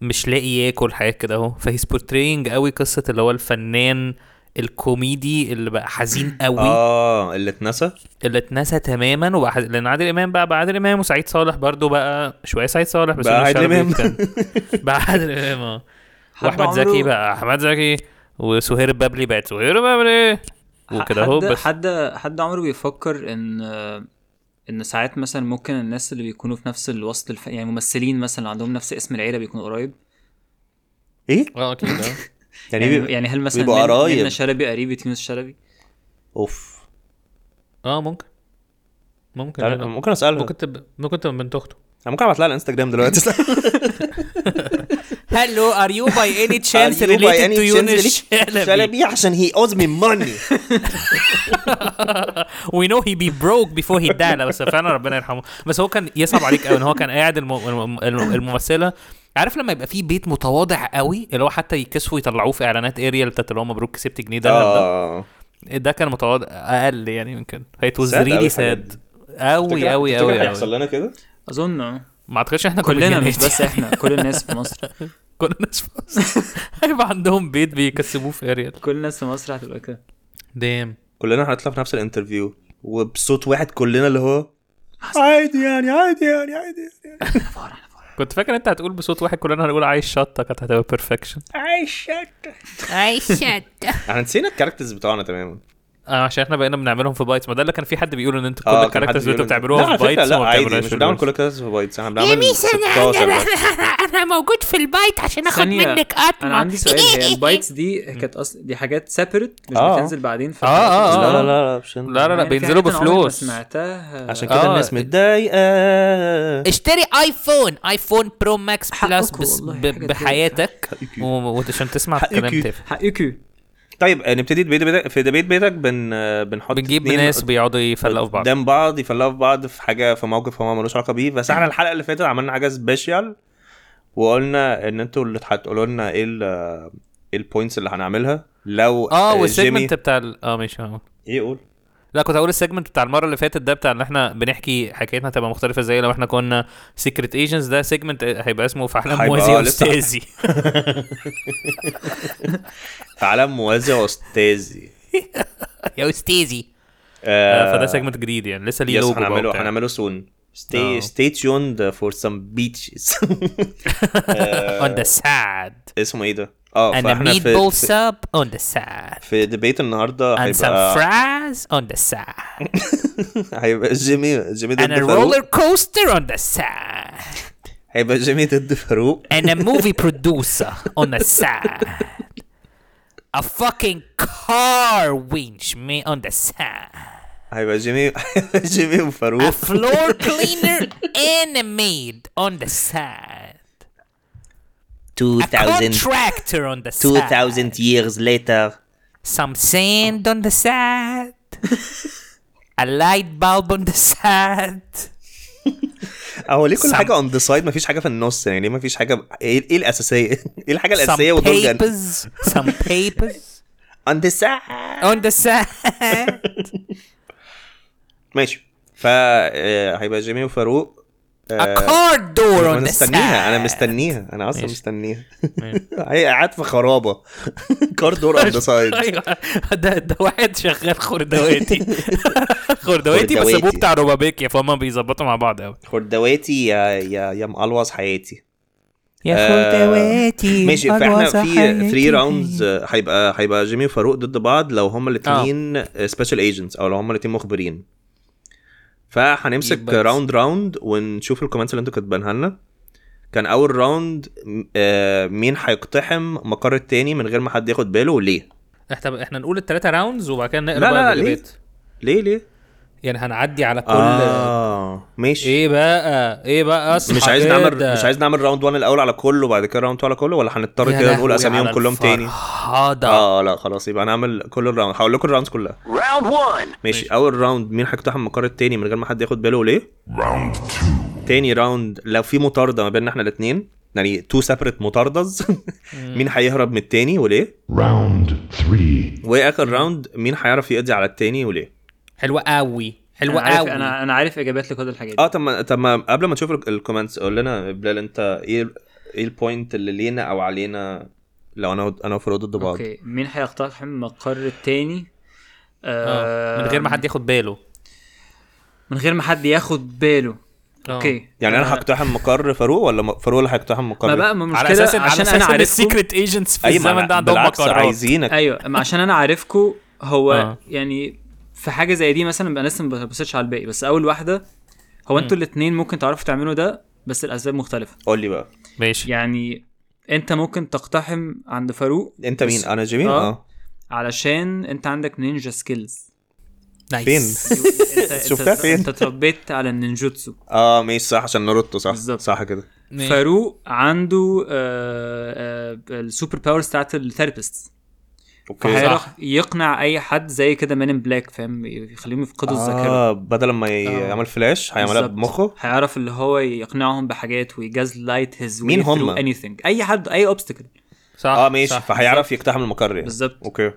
مش لاقي ياكل حاجات كده اهو فهيز بورترينج قوي قصة اللي هو الفنان الكوميدي اللي بقى حزين قوي
اه اللي اتنسى
اللي اتنسى تماما وبقى حز- لان عادل امام بقى بقى عادل امام وسعيد صالح برضو بقى شويه سعيد صالح بس
بقى
هو مش
عادل
عارف
إمام.
يتكلم. بقى عادل امام اه
حد
واحمد
عمره-
زكي بقى احمد زكي وسهير البابلي بقت سهير البابلي وكده اهو
حد
بس
حد حد عمره بيفكر ان ان ساعات مثلا ممكن الناس اللي بيكونوا في نفس الوسط الف... يعني ممثلين مثلا اللي عندهم نفس اسم العيله بيكونوا قريب
ايه
اه اكيد آه.
يعني,
يعني,
يعني,
يعني هل مثلا
بيبقوا
من-
قرايب.
منى شلبي قريبه يونس شلبي
اوف
اه ممكن آه، ممكن
تعالى-
لا.
ممكن اسالها ممكن
ممكن تب... ممكن تبقى بنت اخته
ممكن ابعت لها الانستجرام
[LAUGHS]
دلوقتي [LAUGHS]
هلو ار يو
[LAUGHS]
باي اني
Are you by any chance related- شلبي عشان هي اوز مي ماني
[LAUGHS] وي نو هي بي بروك بيفور هي داي بس فعلا ربنا يرحمه بس هو كان يصعب عليك قوي ان هو كان قاعد الم... الم- الم- الممثله عارف لما يبقى في بيت متواضع قوي اللي هو حتى يكسفوا يطلعوه في اعلانات اريال بتاعت اللي هو مبروك كسبت جنيه ده ده
اه
ده كان متواضع اقل يعني يمكن هيت واز
Sad أوي
ريلي
الحاجات
ساد قوي
تفتكر-
قوي
تفتكر
قوي
هيحصل لنا كده
اظن آه.
ما اعتقدش احنا
كلنا مش
جينات
بس احنا كل الناس في مصر
كل الناس في مصر [LAUGHS] هيبقى عندهم بيت بيكسبوه في اريال
كل الناس في مصر هتبقى كده
دام
كلنا هنطلع في نفس الانترفيو وبصوت واحد كلنا اللي هو عادي يعني عادي يعني عادي يعني.
كنت فاكر انت هتقول بصوت واحد كلنا هنقول عايش شطه كانت هتبقى بيرفكشن
احنا نسينا الكاركترز بتوعنا تماما
آه عشان احنا بقينا بنعملهم في بايتس ما ده اللي كان في حد بيقول ان انت كل
آه، كان حد
الكاركترز اللي
بيقول
انتوا
إن-
بتعملوها
لا، على
في بايتس
فكرة
وما
لا عادي
بتعملوهاش
مش
في
بنعمل
الريلز.
كل الكاركترز في بايتس احنا
يا
بنعمل يعني.
ميس انا
16
انا
بس.
انا موجود في البيت عشان اخد
ثانية،
منك إيه، قطمه
انا عندي سؤال هي البايتس دي كانت اصلا دي حاجات سيبريت مش
آه.
بتنزل بعدين في
آه، آه،
لا
آه.
لا لا لا مش هن-
لا لا لا
يعني في
بينزلوا
حاجات أنا عمري ما
بفلوس
سمعتها
عشان
آه.
كده الناس متضايقه
اشتري ايفون ايفون برو ماكس بلس
حقكوا
بس
والله،
ب-
حاجة
بحياتك
حقكوا.
و- وعشان تسمع
حقكوا.
الكلام تافه
حقكوا
طيب آه، نبتدي ببيت بيتك في بيت بيتك بن آه، بنحط
بنجيب
اتنين
ناس بيقعدوا يفلقوا في بعض
قدام بعض يفلقوا في بعض في حاجه في موقف هما ملوش علاقه بيه بس احنا الحلقه اللي فاتت عملنا حاجه سبيشال وقلنا ان انتوا اللي هتقولوا لنا ايه ال- ايه البوينتس اللي هنعملها لو آه،
اه
جيمي-
والسيجمنت بتاع ال- اه ماشي اه
ايه قول
لا كنت هقول السيجمنت بتاع المره اللي فاتت ده بتاع ان احنا بنحكي حكايتنا تبقى مختلفه زي لو احنا كنا سيكريت ايجنتس ده سيجمنت هيبقى اسمه في عالم
هيبقى
موازي
آه، لسه.
واستاذي
في عالم موازي
[LAUGHS]
واستاذي
[LAUGHS] يا استاذي
آه،
فده سيجمنت جديد يعني لسه ليه
يس
لوجو بقى
آه، هنعمله
وبتاع.
هنعمله سون
آه.
stay stay tuned for some beaches [LAUGHS]
on the side
اسمه ايه ده؟ اه
and a
فاحنا في-
meatball
في-
sub on the side
في ديبيت النهارده
and some
هيبقى
fries on the
[LAUGHS]
side
هيبقى جيمي جيمي
and
ضد
a
فاروق
roller coaster on the side
هيبقى جيمي ضد فاروق
and a movie producer on the side a fucking car winch me on the side
هيبقى جيمي [LAUGHS] هيبقى جيمي
a
وفاروق
floor cleaner and a maid on the side a
2000
contractor on the side
2000 years later
some sand on the side, a light bulb on the side.
هو ليه كل
Some-
حاجه اون ذا سايد مفيش حاجه في النص يعني ليه مفيش حاجه ايه [LAUGHS] إيه الاساسيه ايه الحاجه
some
الاساسيه ودول جنب
papers, some papers
اون ذا سايد
on the side.
ماشي فا هيبقى جيمي وفاروق
A car door
انا
on the
مستنيها
[LAUGHS]
انا
side.
مستنيها انا اصلا
ماشي.
مستنيها [LAUGHS] هي قاعد في خرابه [LAUGHS] كار دور اون ذا
[LAUGHS]
سايد
ايوه ده ده واحد شغال خردواتي خردواتي بس ابوه
خردواتي.
بتاع روبابيكيا فهم بيظبطوا مع بعض قوي
خردواتي يا يا يا مقلوص حياتي
يا
خردواتي آه، ماشي فاحنا في 3 راوندز
راوندز
هيبقى هيبقى جيمي وفاروق ضد بعض لو هما
آه.
آه، الاثنين سبيشال ايجنتس او لو هما الاثنين مخبرين فهنمسك
يبقى-
راوند راوند ونشوف الكومنتس اللي انتوا كاتبينها لنا كان اول راوند آه، مين هيقتحم مقر التاني من غير ما حد ياخد باله وليه
احنا احنا نقول الثلاثه راوندز وبعد كده نقرا
لا،
بقى
لا،
الإجابات.
ليه ليه
يعني هنعدي على كل
اه ماشي
ايه بقى ايه بقى إيه اصحى
مش عايز
كده.
نعمل مش عايز نعمل راوند 1 الاول على كله وبعد كده راوند 2 على كله ولا هنضطر
يا
كده نقول
لهوي
اساميهم
على
كلهم تاني
الفرهدة
اه لا خلاص يبقى هنعمل كل الراوند هقول لكم الراوندز كلها راوند 1 ماشي اول راوند مين هيقتحم المقر التاني من غير ما حد ياخد باله وليه راوند 2 تاني راوند لو في مطارده ما بيننا احنا الاثنين يعني تو سيبريت مطاردز مين هيهرب من التاني وليه
Round three.
واخر راوند مين هيعرف يقضي على التاني وليه
حلوة قوي
انا
حلوة
عارف
قوي
انا انا عارف اجابات لكل الحاجات
اه
دي
طب ما طب ما قبل ما نشوف ال- الكومنتس قول لنا بلال انت ايه ايه البوينت اللي لينا او علينا لو انا و- انا وفاروق ضد بعض
اوكي مين هيقتحم المقر التاني
آه. من غير ما حد ياخد باله
من غير ما حد ياخد باله
آه.
اوكي
يعني انا هقتحم مقر فاروق ولا م- فاروق اللي هيقتحم مقر
ما بقى ما مشكلة
على اساس إن- على
عشان
اساس
انا
ان
عارفكم
السيكريت ايجنتس في
اي ما
الزمن
أنا
ده عندهم
بالعكس
مقرات
عايزينك
ايوه ما عشان انا عارفكم هو
آه.
يعني في حاجه زي دي مثلا بقى الناس ما بتبصش على الباقي بس اول واحده هو انتوا الاثنين ممكن تعرفوا تعملوا ده بس الاسباب مختلفه
قول لي بقى
ماشي
يعني انت ممكن تقتحم عند فاروق
انت مين
بس-
انا جيمي
آه.
اه
[LAUGHS]
علشان انت عندك نينجا سكيلز
فين؟
نايس
أنت-
شفتها
أنت-
فين؟
انت اتربيت على النينجوتسو
اه ماشي صح عشان ناروتو صح
بالظبط.
صح كده
ماشي.
فاروق عنده آه، آه، السوبر باورز بتاعت الثيرابيست
اوكي
فهيروح يقنع اي حد زي كده مان ان بلاك فاهم يخليهم يفقدوا الذاكره
اه بدل ما يعمل فلاش هيعملها
آه. بالظبط.
بمخه
هيعرف اللي هو يقنعهم بحاجات ويجاز لايت هيز
مين هم؟
anything اي حد اي اوبستكل
صح
اه ماشي
صح.
فهيعرف يقتحم المقر يعني
بالظبط.
اوكي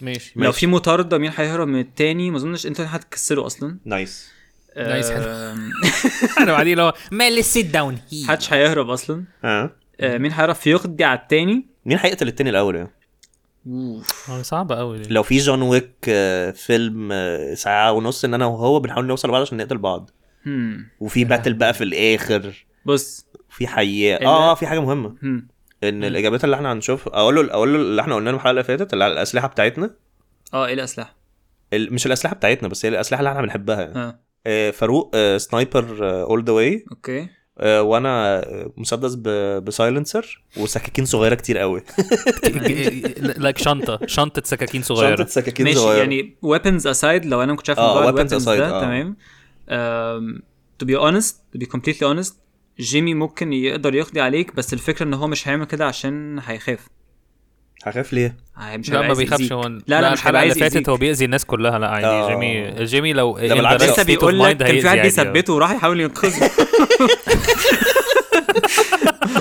ماشي
لو
ماشي.
في مطارده مين هيهرب من التاني ما اظنش انت هتكسره اصلا
نايس
نايس، حلو.
آم،
انا بعدين اللي هو مال سيت داون
آه، محدش هيهرب اصلا
اه
آه، مين هيعرف يخدع التاني
مين هيقتل التاني الاول يعني
صعبه قوي آه، دي
لو في جون ويك آه، فيلم آه، ساعه ونص ان انا وهو بنحاول نوصل لبعض عشان نقتل بعض
هم.
وفي باتل بقى في الاخر
بص
في حياه
ال-
اه آه، في حاجه مهمه
هم.
ان الاجابات اللي احنا هنشوفها اقول له اقول له اللي احنا قلناه الحلقه اللي فاتت اللي على الاسلحه بتاعتنا
اه ايه الاسلحه
ال- مش الاسلحه بتاعتنا بس هي الاسلحه اللي احنا بنحبها يعني.
اه
آه، فاروق آه، سنايبر اول ذا واي
اوكي
وانا آه، مسدس ب- بسايلنسر وسكاكين صغيره كتير قوي [LAUGHS]
[LAUGHS] لايك شنطه شنطه سكاكين
شنطه
صغيره
سكاكين
ماشي
صغيره
يعني weapons aside لو انا ما كنتش عارف
آه،
موضوع
weapons
weapons
aside،
ده
آه.
تمام آم، to be honest to be completely honest جيمي ممكن يقدر يقضي عليك بس الفكره ان هو مش هيعمل كده عشان هيخاف
هخاف ليه؟
هي- مش
لا
هيبقى
ما
عايز
بيخافش
يأذيك.
هو
لا لا مش هيبقى
الحلقه
عايز
اللي فاتت هو
يأذيك.
بيأذي الناس كلها لا عادي
آه.
جيمي جيمي لو in the
بالعكس
right
لسه
لسه
state of
بيقول
mind
لك كان
هيأذي يعني.
في حد
عادي.
بيثبته وراح يحاول ينقذه [LAUGHS]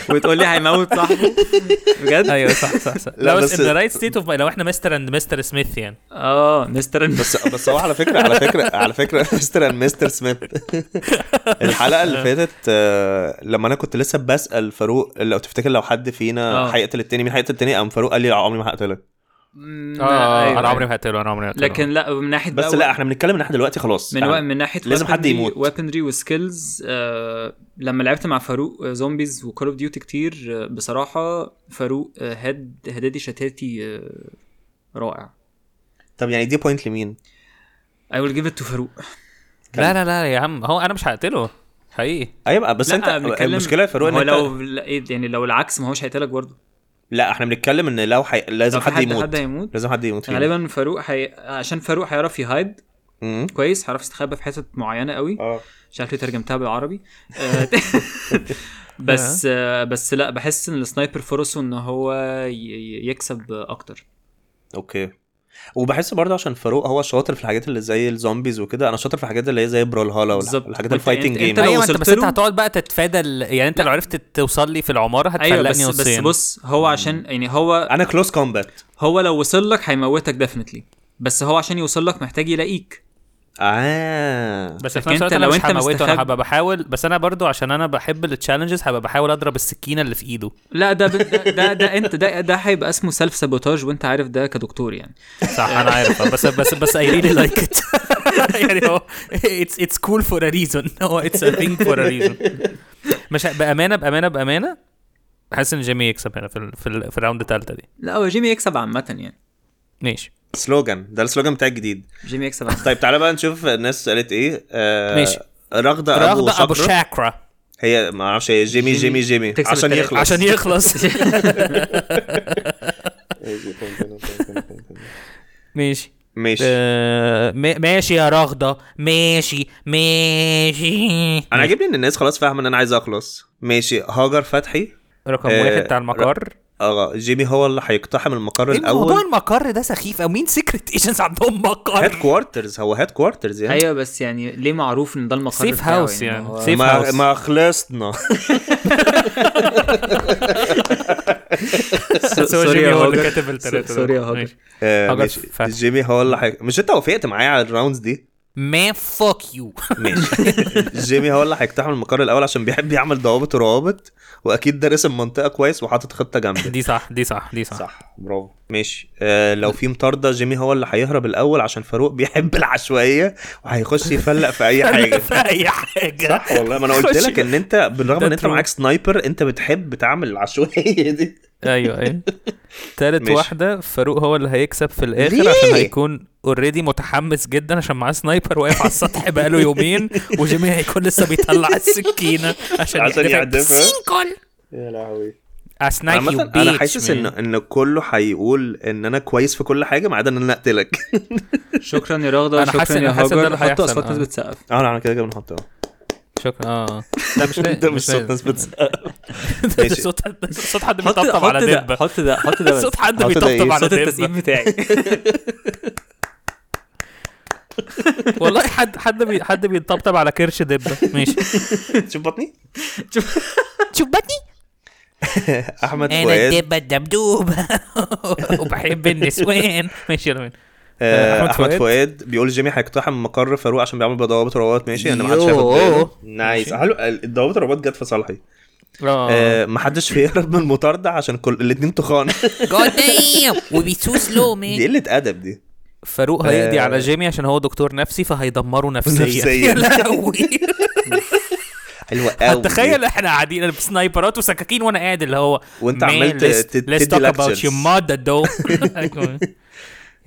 وتقول لي هيموت
[LAUGHS]
صاحبه بجد
ايوه صح
[LAUGHS]
صح صح
لا،
لا
بس-
بس ان ذا رايت ستيت اوف لو احنا مستر اند مستر سميث يعني
اه
[LAUGHS]
مستر إن-
[LAUGHS] بس بس هو على فكره على فكره على فكره [LAUGHS] مستر اند مستر سميث [LAUGHS] الحلقه اللي فاتت آه، لما انا كنت لسه بسال فاروق لو تفتكر لو حد
آه.
فينا هيقتل التاني مين هيقتل التاني قام فاروق قال لي لا، عمري ما هقتلك
م- أيوة.
اه انا عمري ما هقتله انا عمري ما هقتله
لكن لا من ناحيه
بس
بقى
لا احنا بنتكلم ان احنا دلوقتي خلاص يعني
من وقت من ناحيه
آه، لازم حد يموت.
ويبنري وسكيلز آه لما لعبت مع فاروق آه، زومبيز وكول اوف ديوتي كتير آه بصراحه فاروق آه هد هدادي شتاتي آه رائع
طب يعني دي بوينت لمين؟
I will give it to فاروق
لا لا لا يا عم هو انا مش هقتله حقيقي
ايوه بس انت
آه، بنتكلم-
المشكله يا فاروق ان
هو
انت
لو لا، إيه، يعني لو العكس ما هوش هيقتلك برضه
لا احنا بنتكلم ان لو حي... لازم
لو في
حد, يموت
حد هيموت
لازم حد يموت فيه
غالبا فاروق حي... عشان فاروق هيعرف يهايد
مم.
كويس هيعرف يستخبى في حتت معينه قوي
اه
مش عارف ليه ترجمتها
[LAUGHS]
بالعربي آه، [LAUGHS] بس آه، بس لا بحس ان السنايبر فرصه ان هو ي- ي- يكسب اكتر
اوكي وبحس برضه عشان فاروق هو شاطر في الحاجات اللي زي الزومبيز وكده انا شاطر في الحاجات اللي هي زي برالهالا
بالظبط.
والحاجات
وانت-
الفايتنج
انت-
جيم
انت لو
ايوه انت
وصلت
بس انت
له-
هتقعد بقى تتفادى ال- يعني انت لو عرفت توصل لي في العماره هتفلقني
ايوه بس بس
نصين.
بص هو عشان يعني هو
انا كلوز كومبات
هو لو وصل لك هيموتك ديفنتلي بس هو عشان يوصل لك محتاج يلاقيك
اه
بس
لكن
في نفس
انت
الوقت انا
لو
مش
انت
هموته
مستخب-
انا هبقى بحاول بس انا برضو عشان انا بحب التشالنجز هبقى بحاول اضرب السكينه اللي في ايده
لا ده ب- ده ده, ده انت ده ده هيبقى اسمه سيلف سابوتاج وانت عارف ده كدكتور يعني
صح انا عارف بس بس بس اي ريلي لايك ات [LAUGHS] يعني هو اتس اتس كول فور ا ريزون هو اتس ا ثينج فور ا ريزون مش ه- بامانه بامانه بامانه حاسس ان جيمي يكسب هنا في ال في, ال في الراوند الثالثه دي
لا هو جيمي يكسب عامه يعني
ماشي
سلوجان ده السلوجان بتاع الجديد
جيمي يكسب عامة.
طيب تعالى بقى نشوف الناس قالت ايه آه
ماشي.
رغدة ابو
رغدة ابو
شاكرا
شاكرا
هي ما اعرفش هي جيمي جيمي
جيمي
جيمي
تكسب
عشان
التلاتة.
يخلص
يعني عشان يخلص [LAUGHS] ماشي
ماشي
آه، ما- ماشي يا رغدة ماشي ماشي
انا عاجبني ان الناس خلاص فاهمه ان انا عايز اخلص ماشي هاجر فتحي
رقم
آه،
واحد بتاع المقر
اه جيمي هو اللي هيقتحم المقر
إيه موضوع
الاول
المقر ده سخيف او مين سيكريت ايجنتس عندهم
هيد
مقر
كوارترز هو هيد كوارترز يعني
أيوة،
ايوه بس يعني ليه معروف ان ده المقر
سيف
بتاعه
هاوس يعني.
هو- [LAUGHS]
سيف
ما
هاوس.
ما خلصنا [LAUGHS]
سوري يا
هو اللي
هاجر.
كاتب التلاتة
سوري يا
دول.
هاجر.
ماشي.
آه،
[LAUGHS] هاجر
ماشي.
فتحي.
جيمي هو اللي حي... مش انت وافقت معايا على الراوندز
[LAUGHS]
دي
ما فوك يو
ماشي جيمي هو اللي هيقتحم المقر الاول عشان بيحب يعمل ضوابط وروابط واكيد دارس المنطقه كويس وحاطط خطه جامده
[LAUGHS] دي صح دي صح دي [LAUGHS] صح, [LAUGHS]
صح برافو ماشي آه لو في مطارده جيمي هو اللي هيهرب الاول عشان فاروق بيحب [LAUGHS] العشوائيه وهيخش يفلق في اي حاجه
[LAUGHS] في اي حاجه
صح والله ما انا قلت
خش.
لك ان انت بالرغم
ده
ان انت
true.
معاك سنايبر انت بتحب تعمل العشوائيه دي
أيوة،
ايوه ايوه [LAUGHS] تالت
ماشي.
واحده فاروق هو اللي هيكسب في الاخر
ليه؟
عشان هيكون اوريدي متحمس جدا عشان معاه سنايبر واقف على السطح بقاله [LAUGHS] يومين وجيمي هيكون لسه بيطلع السكينه عشان,
عشان
إيه،
يحدفها.
يعدفها
سينكل
يا لهوي
اسناك يو
عامة
بيتش
انا حاسس ان
ان
ان كله هيقول ان انا كويس في كل حاجه ما عدا ان انا اقتلك
شكرا يا رغده
أنا حاسس
شكرا
إن-
يا
حاسس إن ده
هاجر
اللي
حطوا
هيحصل،
اصوات
آه.
ناس بتسقف
اه لا، انا كده كده بنحطها [LAUGHS]
شكرا اه ده مش
ده مش صوت ناس بتسقف ماشي.
[LAUGHS] صوت ده صوت حد
حط
بيطبطب
حط
على
ده
دبه
حط ده حط ده
[LAUGHS]
بس
صوت حد
حط ده إيه؟
بيطبطب على
صوت التسقيف
دبه
بتاعي
[LAUGHS] والله حد حد بي حد بيطبطب على كرش دبه ماشي
شوف بطني [LAUGHS]
شبتني
احمد
انا
فؤاد
الدبه الدبدوبه [LAUGHS] وبحب النسوان ماشي يلا بينا.
آه،
أحمد
احمد
فؤاد.
فؤاد بيقول جيمي هيقتحم مقر فاروق عشان بيعمل بضوابط روابط ماشي انا ما حدش هياخد
يوه.
باله نايس حلو الضوابط الروابط جت في صالحي
[LAUGHS] اه
آه، ما [LAUGHS] حدش فيهرب من المطارده عشان كل الاتنين تخان [LAUGHS]
جود دايم وبيسو سلو
دي [LAUGHS]
مان
قله ادب دي
فاروق هيقضي على جيمي عشان هو دكتور نفسي فهيدمره نفسيا
نفسياً.
[LAUGHS] يا لهوي
حلوه قوي
تخيل احنا قاعدين بسنايبرات وسكاكين وانا قاعد اللي هو
وأنت
"Man,
عمال ت-
let's-
ت-
let's
تدي
talk about
lectures."
your mother though
[LAUGHS]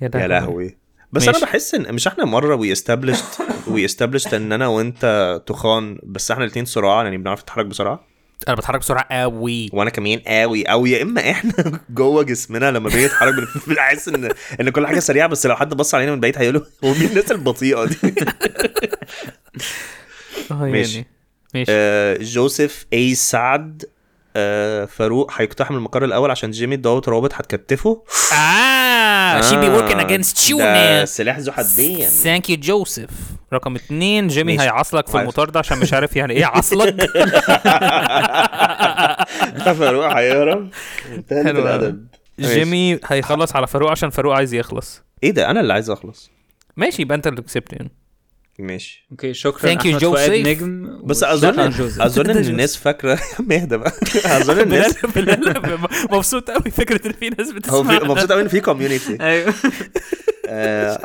يا لهوي بس انا
ماشي.
بحس ان مش احنا مره وي established وي established ان انا وانت تخان بس احنا الاثنين صراع يعني بنعرف نتحرك بسرعه
انا بتحرك بسرعه قوي
وانا كمان قوي او يا اما احنا [LAUGHS] جوه جسمنا لما بنتحرك بن- [LAUGHS] بنحس ان ان كل حاجه سريعه بس لو حد بص علينا من بعيد هيقول [LAUGHS] هو مين الناس البطيئه
[LAUGHS]
دي ماشي.
ماشي ماشي
آه، جوزيف اي سعد آه، فاروق هيقتحم المقر الاول عشان جيمي دوت روابط هتكتفه
اه شي بي وركينج اجينست يو
آه. ده
مان
سلاح ذو
[LAUGHS]
حدين [LAUGHS]
ثانك يو جوزيف رقم اتنين جيمي
ماشي.
هيعصلك في
عارف.
المطار ده عشان مش عارف يعني ايه عصلك
فاروق هيهرب منتهى
حلو أوي.
الادب [LAUGHS] ماشي.
جيمي هيخلص على فاروق عشان فاروق عايز يخلص
ايه ده انا اللي عايز اخلص
ماشي يبقى انت اللي كسبت يعني
ماشي
اوكي شكرا
Thank you,
احمد
Joe
فؤاد
Safe.
نجم
بس
وشكراً
اظن
جوزيف.
اظن ان الناس [LAUGHS] فاكره اهدى بقى اظن
[LAUGHS] بلال
الناس
بلال مبسوط قوي فكره ان في ناس
هو في-
بتسمع
مبسوط قوي ان في آه، كوميونتي
[LAUGHS] ايوه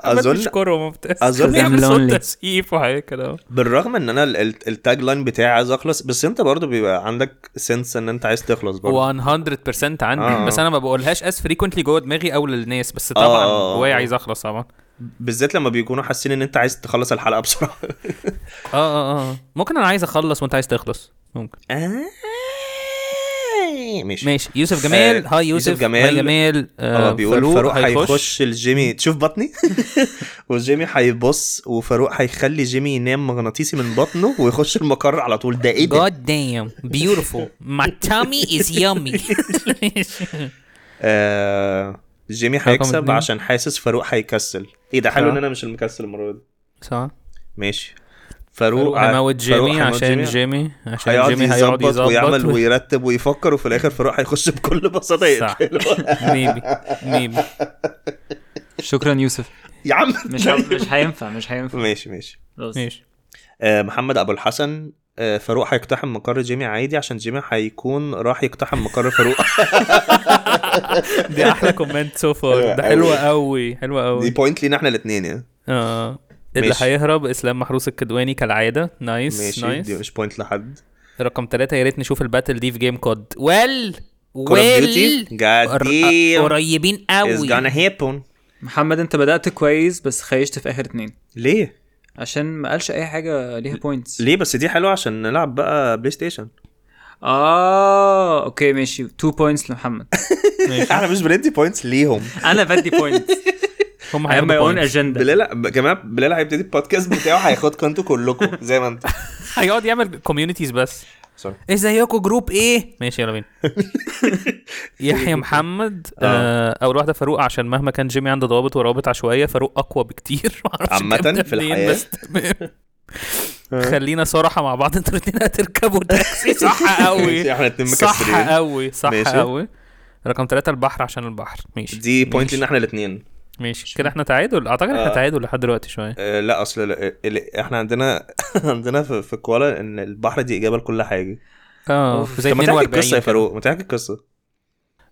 اظن
كوره
أظن-
[LAUGHS] بيعمل
I'm
صوت
lonely.
يعني تسقيف وحاجات كده
بالرغم ان انا ال- ال- التاج لاين بتاعي عايز اخلص بس انت برضو بيبقى عندك سنس ان انت عايز تخلص برضو
100% عندي
آه.
بس انا ما بقولهاش از فريكونتلي جوه دماغي او للناس بس طبعا
آه.
جوايا عايز اخلص طبعا
بالذات لما بيكونوا حاسين ان انت عايز تخلص الحلقه [LAUGHS] بسرعه
اه اه اه ممكن انا عايز اخلص وانت عايز تخلص ممكن
آه، ماشي
ماشي يوسف جمال
آه،
هاي يوسف,
يوسف جمال.
هاي جمال
اه
آه
بيقول فاروق هيخش الجيمي تشوف
[LAUGHS]
بطني وجيمي هيبص وفاروق هيخلي جيمي ينام مغناطيسي من بطنه ويخش المقر على طول ده ايه ده؟
God damn beautiful my tummy is yummy [LAUGHS]
آه جيمي هيكسب
اتنين.
عشان حاسس فاروق هيكسل ايه ده حلو
صح.
ان انا مش المكسل المره دي
صح
ماشي فاروق
فاروق
ع-
هيموت
فاروق
جيمي
هيموت
عشان
جيمي.
جيمي عشان
هيقعد
جيمي
يظبط
هيقعد يظبط
ويعمل ويرتب ويفكر وفي الاخر فاروق هيخش بكل بساطه
طيب.
صح.
يقتله
ميبي ميبي
شكرا يوسف
يا عم
مش ه- مش هينفع مش هينفع
[LAUGHS] ماشي ماشي
خلاص.
ماشي
آه، محمد ابو الحسن آه، فاروق هيقتحم مقر جيمي عادي عشان جيمي هيكون راح يقتحم مقر فاروق
دي احلى كومنت
[LAUGHS]
سو فار ده
أوي.
حلوه قوي
[LAUGHS]
حلوه
دي
قوي
بوينت لينا احنا الاثنين يعني
اه اللي
ماشي.
هيهرب اسلام محروس الكدواني كالعاده نايس
ماشي دي
نايس
مش بوينت لحد
رقم ثلاثة يا ريت نشوف الباتل دي في جيم كود ويل
كول اوف ديوتي
ويل
جاد
قريبين
از
قوي
جانا هيبون
محمد انت بدات كويس بس خيشت في اخر اتنين
ليه؟
عشان ما قالش اي حاجه ليها بوينتس
ليه بس دي حلوه عشان نلعب بقى بلاي ستيشن
اه اوكي ماشي 2 بوينتس لمحمد
[LAUGHS] احنا مش بندي بوينتس [LAUGHS] ليهم
انا بدي
[LAUGHS]
بوينتس
هم
I have my
هياخدوا
own
points.
agenda
بلال يا جماعه بلال هيبتدي البودكاست بتاعه هياخدكم انتوا كلكم زي ما [LAUGHS] انت
هيقعد يعمل كوميونيتيز بس
سوري
ازيكوا جروب ايه ماشي يلا بينا [LAUGHS] يحيى محمد آه اول واحده فاروق عشان مهما كان جيمي عنده ضوابط وروابط عشوائيه فاروق اقوى بكتير [LAUGHS] معرفش
عامة
الكلام ده
في
منين،
الحياة. آه.
بس تمام. خلينا صراحه مع بعض انتوا الاثنين هتركبوا تاكسي صح قوي
[LAUGHS] ماشي، احنا اتنين
صح
مكسرين
قوي صح
ماشي.
قوي رقم ثلاثة البحر عشان البحر ماشي
دي بوينت
ماشي.
لينا احنا الاثنين
ماشي كده احنا تعادل اعتقد احنا
آه.
تعادل لحد دلوقتي شويه
آه، لا اصل لا- ال- احنا عندنا [LAUGHS] عندنا في, في كوالا ان البحر دي اجابه لكل حاجه
اه زي
طب ما تحكي
42
القصه يا
كده.
فاروق ما تحكي القصه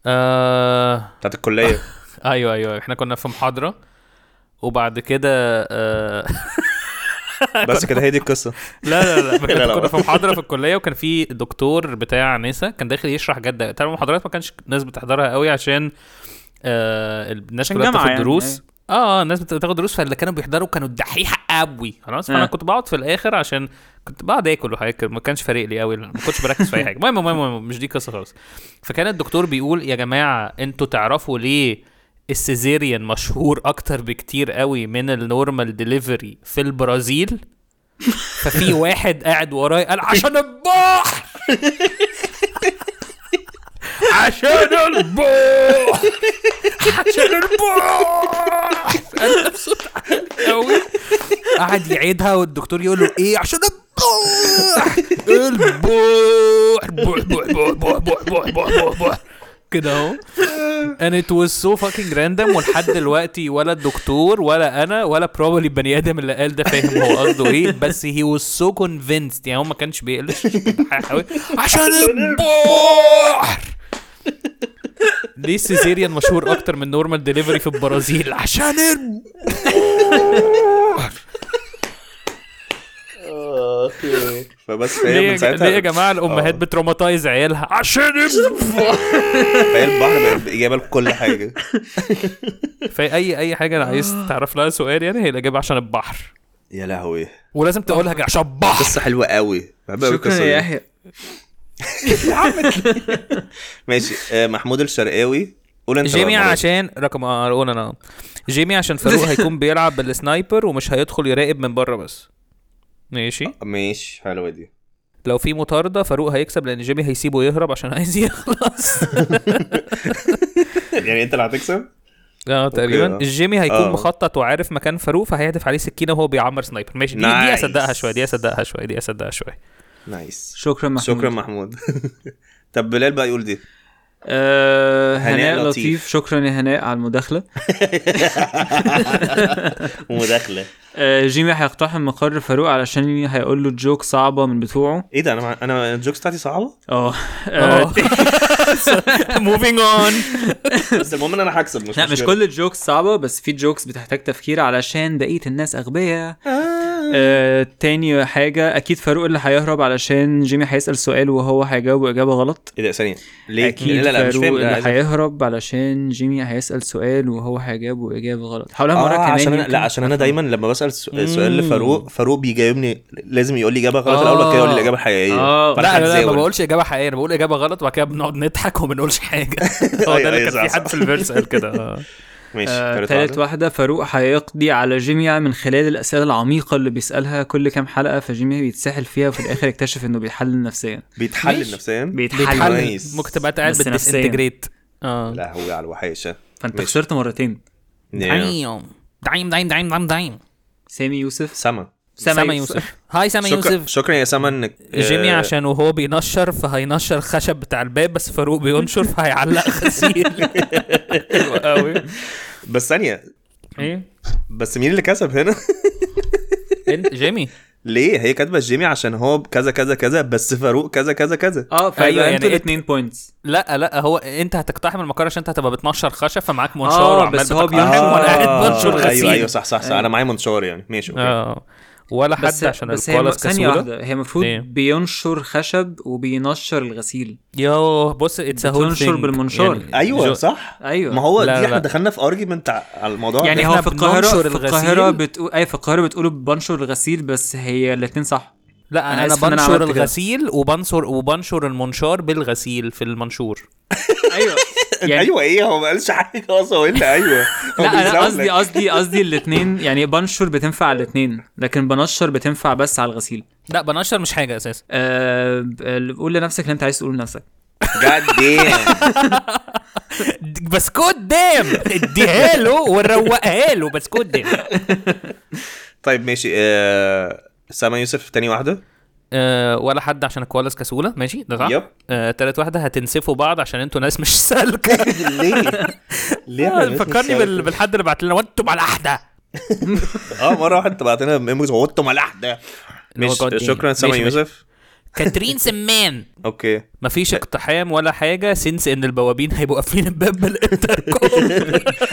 آه
بتاعت
[LAUGHS]
الكليه
ايوه ايوه احنا كنا في محاضره وبعد كده آه [LAUGHS]
بس كده هي دي القصه
لا [LAUGHS] لا لا
لا،
كنا-
لا.
كنا في محاضره في الكليه وكان في دكتور بتاع ناسا كان داخل يشرح جد تقريبا المحاضرات ما كانش الناس بتحضرها قوي عشان آه الناس
عشان
كلها
جامعة
بتاخد
يعني،
دروس اه الناس بت- بتاخد دروس فاللي كانوا بيحضروا كانوا الدحيحه قوي خلاص فانا
آه.
كنت بقعد في الاخر عشان كنت بقعد اكل وحاجات كده، ما كانش فارق لي قوي ما كنتش بركز في اي حاجه المهم المهم المهم، مش دي قصه خالص فكان الدكتور بيقول يا جماعه انتوا تعرفوا ليه السيزيريان مشهور اكتر بكتير قوي من النورمال ديليفري في البرازيل ففي واحد قاعد وراي قال عشان البحر عشان البحر عشان البحر انا مبسوط قوي قعد يعيدها والدكتور يقول له ايه عشان البحر البحر بح بح بح بح بح بح بح بح بح كده اهو and it was so fucking random ولحد دلوقتي ولا الدكتور ولا انا ولا probably بني ادم اللي قال ده فاهم هو قصده ايه بس he was so convinced يعني هو ما كانش بيقلش عشان البحر ليه السيزيريان مشهور اكتر من نورمال ديليفري في البرازيل عشان
[LAUGHS]
إيه؟ الب-
فبس
ليه
فهي
يا
من
ج- ليه
ساعتها
يا جماعه الامهات
آه.
بتروماتايز عيالها عشان إيه؟ الب-
[LAUGHS] فهي البحر بقت اجابه لكل
[LAUGHS]
حاجه
في اي اي حاجه انا عايز
آه.
تعرف لها سؤال يعني هي الاجابه عشان البحر
يا لهوي
ولازم تقولها
آه.
كده، عشان البحر
قصه حلوه قوي بحب قوي
شكرا
القصه
يا
دي.
يحيى
ماشي آه، محمود الشرقاوي قول انت بقى
جيمي
المرة دي.
عشان رقم اه قول انا جيمي
[LAUGHS]
عشان فاروق هيكون بيلعب بالسنايبر ومش هيدخل يراقب من بره بس ماشي
ماشي حلوه دي [LAUGHS]
لو في مطارده فاروق هيكسب لان جيمي هيسيبه يهرب عشان عايز يخلص
يعني انت اللي هتكسب
اه تقريبا
أوكي، آه.
جيمي هيكون
آه.
مخطط وعارف مكان فاروق فهيهدف عليه سكينه وهو بيعمر سنايبر ماشي دي, دي
Nice.
اصدقها شويه دي اصدقها شويه دي اصدقها شويه
نايس
شكرا محمود
شكرا محمود [LAUGHS] طب بلال بقى يقول دي
آه هناء, هناء
هناء لطيف.
لطيف. لطيف شكرا يا هناء على المداخله
مداخله
آه جيمي هيقتحم مقر فاروق علشان هيقول له جوك صعبه من بتوعه
ايه ده انا مع- انا الجوكس بتاعتي صعبه
اه آه،
[LAUGHS] موفينج اون
بس المهم ان انا هكسب مش
لا مش
مشكلة.
كل الجوكس صعبه بس في جوكس بتحتاج تفكير علشان بقيه الناس اغبياء آه تاني حاجه اكيد فاروق اللي هيهرب علشان جيمي هيسال سؤال وهو هيجاوب اجابه غلط
ايه ده ثانيه ليه
اكيد
لا لا مش
فاروق
فاهم لا،
اللي
عايز-
هيهرب علشان جيمي هيسال سؤال وهو هيجاوب اجابه غلط حاولها مره
آه
كمان
عشان انا
يمكن.
لا عشان انا دايما لما بسال س- سؤال
مم.
لفاروق فاروق بيجاوبني لازم يقول لي اجابه غلط
آه.
الاول بعد كده يقول لي الاجابه الحقيقيه
آه.
فأنا
لا لا ما
هتزاول.
بقولش اجابه حقيقيه انا بقول اجابه غلط وبعد كده بنقعد نضحك وما بنقولش حاجه
[LAUGHS]
هو
أيوة،
ده
أيوة،
اللي
صح،
كان في حد
صح.
في الفيرس قال كده آه.
[LAUGHS] ماشي
آه،
تالت
تالت
واحدة.
واحدة فاروق هيقضي على جيميا من خلال الأسئلة العميقة اللي بيسألها كل كام حلقة فجيميا بيتسحل فيها وفي الآخر يكتشف إنه بيحلل نفسيا
بيتحلل نفسيا
بيتحلل
بيتحل
نايس.
ممكن تبقى قاعد
بس نفسياً.
بتديسنتجريت اه
لا هو على الوحيشه
فأنت
ماشي.
خسرت مرتين
نعم.
دايم دايم دايم دايم دايم دايم
سامي يوسف
سما
سما يوسف هاي سما
شكرا
يوسف
شكرا يا سما انك آه،
جيمي عشان وهو بينشر فهينشر خشب بتاع الباب بس فاروق بينشر فهيعلق [LAUGHS] غسيل حلوة [LAUGHS] قوي
بس ثانيه
ايه
إيه؟
بس مين اللي كسب هنا؟ [LAUGHS]
إيه؟
انت جيمي
ليه هي كاتبه جيمي عشان هو كذا كذا كذا بس فاروق كذا كذا كذا
اه
أيوة،
فأيوة
يعني
أنتوا
إت-
الاتنين بوينتس
لا لا هو انت هتقتحم المقر عشان انت هتبقى بتنشر خشب فمعاك منشار
آه،
وعمال
بس هو
بتقتحم
بينشر. أيوه،
وانا قاعد بنشر
آه،
غسيل
ايوه ايوه صح صح صح انا معايا منشار يعني ماشي اوكي
اه ولا
بس
حد عشان
بس هي م-
الكولاس
ثانية
كسوله
واحدة هي المفروض
إيه.
بينشر خشب وبينشر الغسيل
يوه بص اتس هول
بتنشر بالمنشار.
ايوه
يعني جو-
صح
أيوة.
ما هو
لا،
دي
لا.
احنا دخلنا في ارجيومنت على الموضوع
يعني
ده.
هو
إحنا
في القاهرة
بننشر
في القاهرة
الغسيل.
بتقول أي في القاهرة بتقولوا بنشر الغسيل بس هي الاتنين
[LAUGHS]
صح
لا
أنا
انا, أنا
آسف إن أنا
بنشر
عملت كده.
الغسيل وبنشر وبنشر المنشار بالغسيل في المنشور
أيوة يعني
ايوه ايه هو ما قالش حاجه اصلا هو قال
[LAUGHS]
ايوه هو
لا انا
بيزاولك.
قصدي قصدي قصدي الاثنين يعني بنشر بتنفع على الاثنين لكن بنشر بتنفع بس على الغسيل
لا بنشر مش حاجه [LAUGHS] اساسا
أه ب- ال- قول لنفسك اللي انت عايز تقوله لنفسك
God damn.
بس قدام اديها له وروقها له بس قدام
طيب ماشي آه، سما يوسف تاني واحده
آه ولا حد عشان الكوالاس كسوله ماشي ده صح
يب.
آه تالت واحده هتنسفوا بعض عشان انتوا ناس مش
[LAUGHS]
سالكه
ليه؟ ليه إحنا
آه،
الناس
فكرني
مش
بال... بالحد اللي بعت لنا وانتم على احده
اه مره واحد بعت لنا ميموز هو انتم ملاحده
هو
مش
God damn.
شكرا سما
ماشي، ماشي.
يوسف [LAUGHS]
كاترين سمان
اوكي
مفيش اقتحام ولا حاجه سنس ان البوابين هيبقوا قافلين الباب
[LAUGHS]
بالانتركوم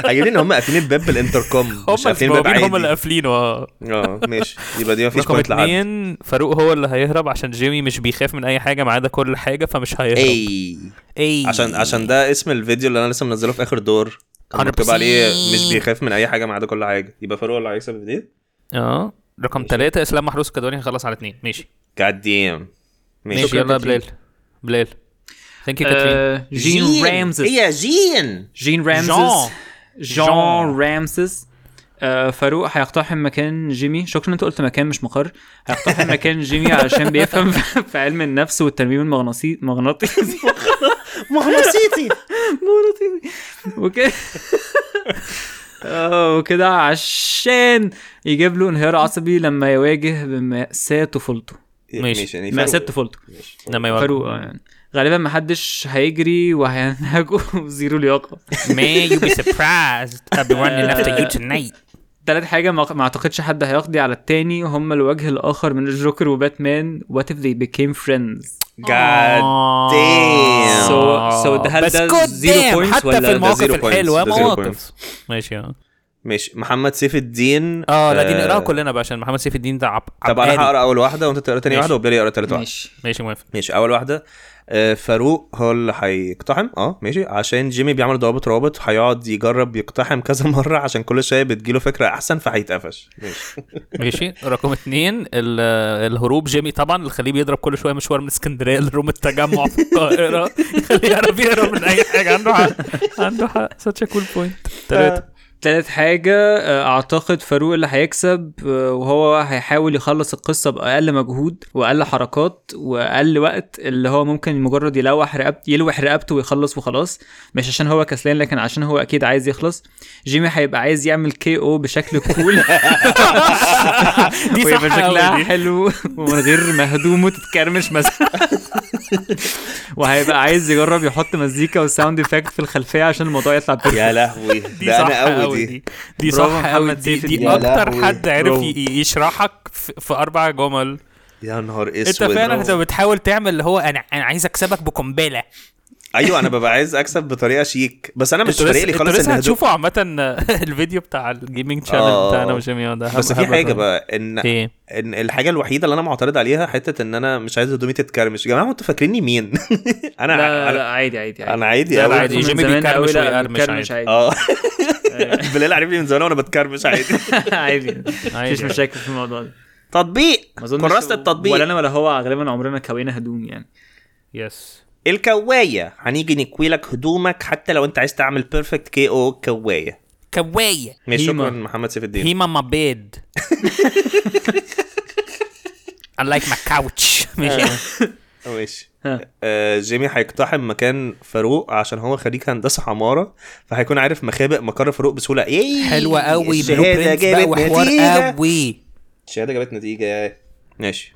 عاجبني ان هم قافلين الباب بالانتركوم مش
هم
قافلين الباب
البوابين هم
عادي
اللي قافلينه اه
اه ماشي يبقى دي مفيش
رقم
بوينت لحد
اتنين فاروق هو اللي هيهرب عشان جيمي مش بيخاف من اي حاجه ما عدا كل حاجه فمش هيهرب
اي
اي
عشان عشان ده اسم الفيديو اللي انا لسه منزله في اخر دور مكتوب عليه مش بيخاف من اي حاجه ما عدا كل حاجه يبقى فاروق اللي هيكسب دي
اه رقم ثلاثة اسلام محروس الكدواني خلص على اثنين ماشي
جاد ديم ماشي
ماشي
شكراً
يلا يا
كاترين.
بلال بلال ثانك يو كاترين
Eh,
آه، جين رامزس
هي جين
جين رامزس
جان.
جون
جان.
رامسيس آه، فاروق هيقتحم مكان جيمي شكرا انت قلت مكان مش مقر هيقتحم مكان جيمي علشان بيفهم [LAUGHS] في علم النفس والترميم المغناطيسي مغناطيسي
[LAUGHS] مغناطيسي
مغناطيسي وكده آه، وكده عشان يجيب له انهيار عصبي لما يواجه بمأساة طفولته
ماشي.
يعني
مأساة
فاروق-
طفولته
ماشي.
لما يوقف [LAUGHS]
فاروق آه، يعني غالبا محدش هيجري وهينهجه [LAUGHS] زيرو لياقة
Man, you be surprised. I'll be running [LAUGHS] after you tonight.
تالت حاجة ما ما اعتقدش حد هيقضي على التاني هما الوجه الآخر من الجوكر وباتمان what if they became friends
God damn.
So- so ده- هل
بس
ده
good
zero
Oh. damn،
points
حتى
ولا ده
في المواقف
zero points؟
الحلوة
ده zero
مواقف ماشي اه
ماشي محمد سيف الدين آه،
اه لا دي نقراها كلنا بقى عشان محمد سيف الدين ده عب
طب انا
عبقري.
هقرا اول واحده وانت تقرا تاني
ماشي.
واحده وبلال يقرا تالت واحده
ماشي
ماشي موافق
ماشي اول واحده آه، فاروق هو اللي هيقتحم اه ماشي عشان جيمي بيعمل ضوابط روابط هيقعد يجرب يقتحم كذا [LAUGHS] مره عشان كل شويه بتجيله فكره احسن فهيتقفش ماشي
ماشي رقم اتنين ال- الهروب جيمي طبعا اللي خليه بيضرب كل شويه مشوار من اسكندريه لروم التجمع في القاهره [LAUGHS] خليه يعرف يهرب من اي حاجه عنده حق عنده حق such a cool point تلاته
تالت حاجة آه، أعتقد فاروق اللي هيكسب آه، وهو هيحاول يخلص القصة بأقل مجهود وأقل حركات وأقل وقت اللي هو ممكن مجرد يلوح رقبت يلوح رقبته ويخلص وخلاص مش عشان هو كسلان لكن عشان هو أكيد عايز يخلص جيمي هيبقى عايز يعمل كي أو بشكل كول
[LAUGHS] دي صح
ويبقى شكلها
أوي دي.
حلو ومن غير ما هدومه تتكرمش مثلا [LAUGHS] وهيبقى عايز يجرب يحط مزيكا وساوند افكت في الخلفيه عشان الموضوع يطلع بيرفكت
يا لهوي
[LAUGHS] دي
ده
صح
انا
قوي
قوي
دي
دي
دي
برافو
صح قوي
محمد
دي,
سيف
دي
الدين. يا
اكتر
لهوي.
حد عرف
برافو.
ي- ي- يشرحك في, في اربع جمل
يا نهار
انت
اسود
فعلا انت
برافو.
بتحاول تعمل اللي هو انا انا عايز اكسبك بقنبله
ايوه انا ببقى عايز اكسب بطريقه شيك بس انا مش
انتوا
فارق
لسه
لي
انتوا
خالص
لسه
الهدوء.
هتشوفوا عامه الفيديو بتاع الجيمنج شانل
آه.
بتاعنا وجيمي ده
بس في حاجه بقى ان
ايه
ان الحاجه الوحيده اللي انا معترض عليها حته ان انا مش عايز هدومي تتكرمش يا جماعه انتوا فاكريني مين [LAUGHS] انا
لا
انا
لا عادي عادي عادي
انا عادي
لا،
قوي
لا، عادي.
من
جيمي
زمان
بيكرمش
أوي، لا،
ويقرمش
بيكرمش
اه
أيوة.
[LAUGHS] بلال عارفني من زمان وانا بتكرمش عادي
[LAUGHS] عادي عادي
عادي.
مفيش مشاكل في الموضوع ده
تطبيق
ما أظنش-
كراسه التطبيق
ولا انا ولا هو غالبا عمرنا كوينا هدوم يعني
يس
الكوايه هنيجي نكوي لك هدومك حتى لو انت عايز تعمل بيرفكت كي او كوايه
كوايه
ماشي
هيما.
شكرا محمد سيف الدين
هيما ما بيد I like my couch ماشي
ماشي
ها.
آه جيمي هيقتحم مكان فاروق عشان هو خريج هندسه عماره فهيكون عارف مخابئ مقر فاروق بسهوله ايه
حلوه قوي بلو
الشهاده
برنتس بقى
جابت
وحوار
نتيجه
قوي
الشهاده جابت نتيجه ماشي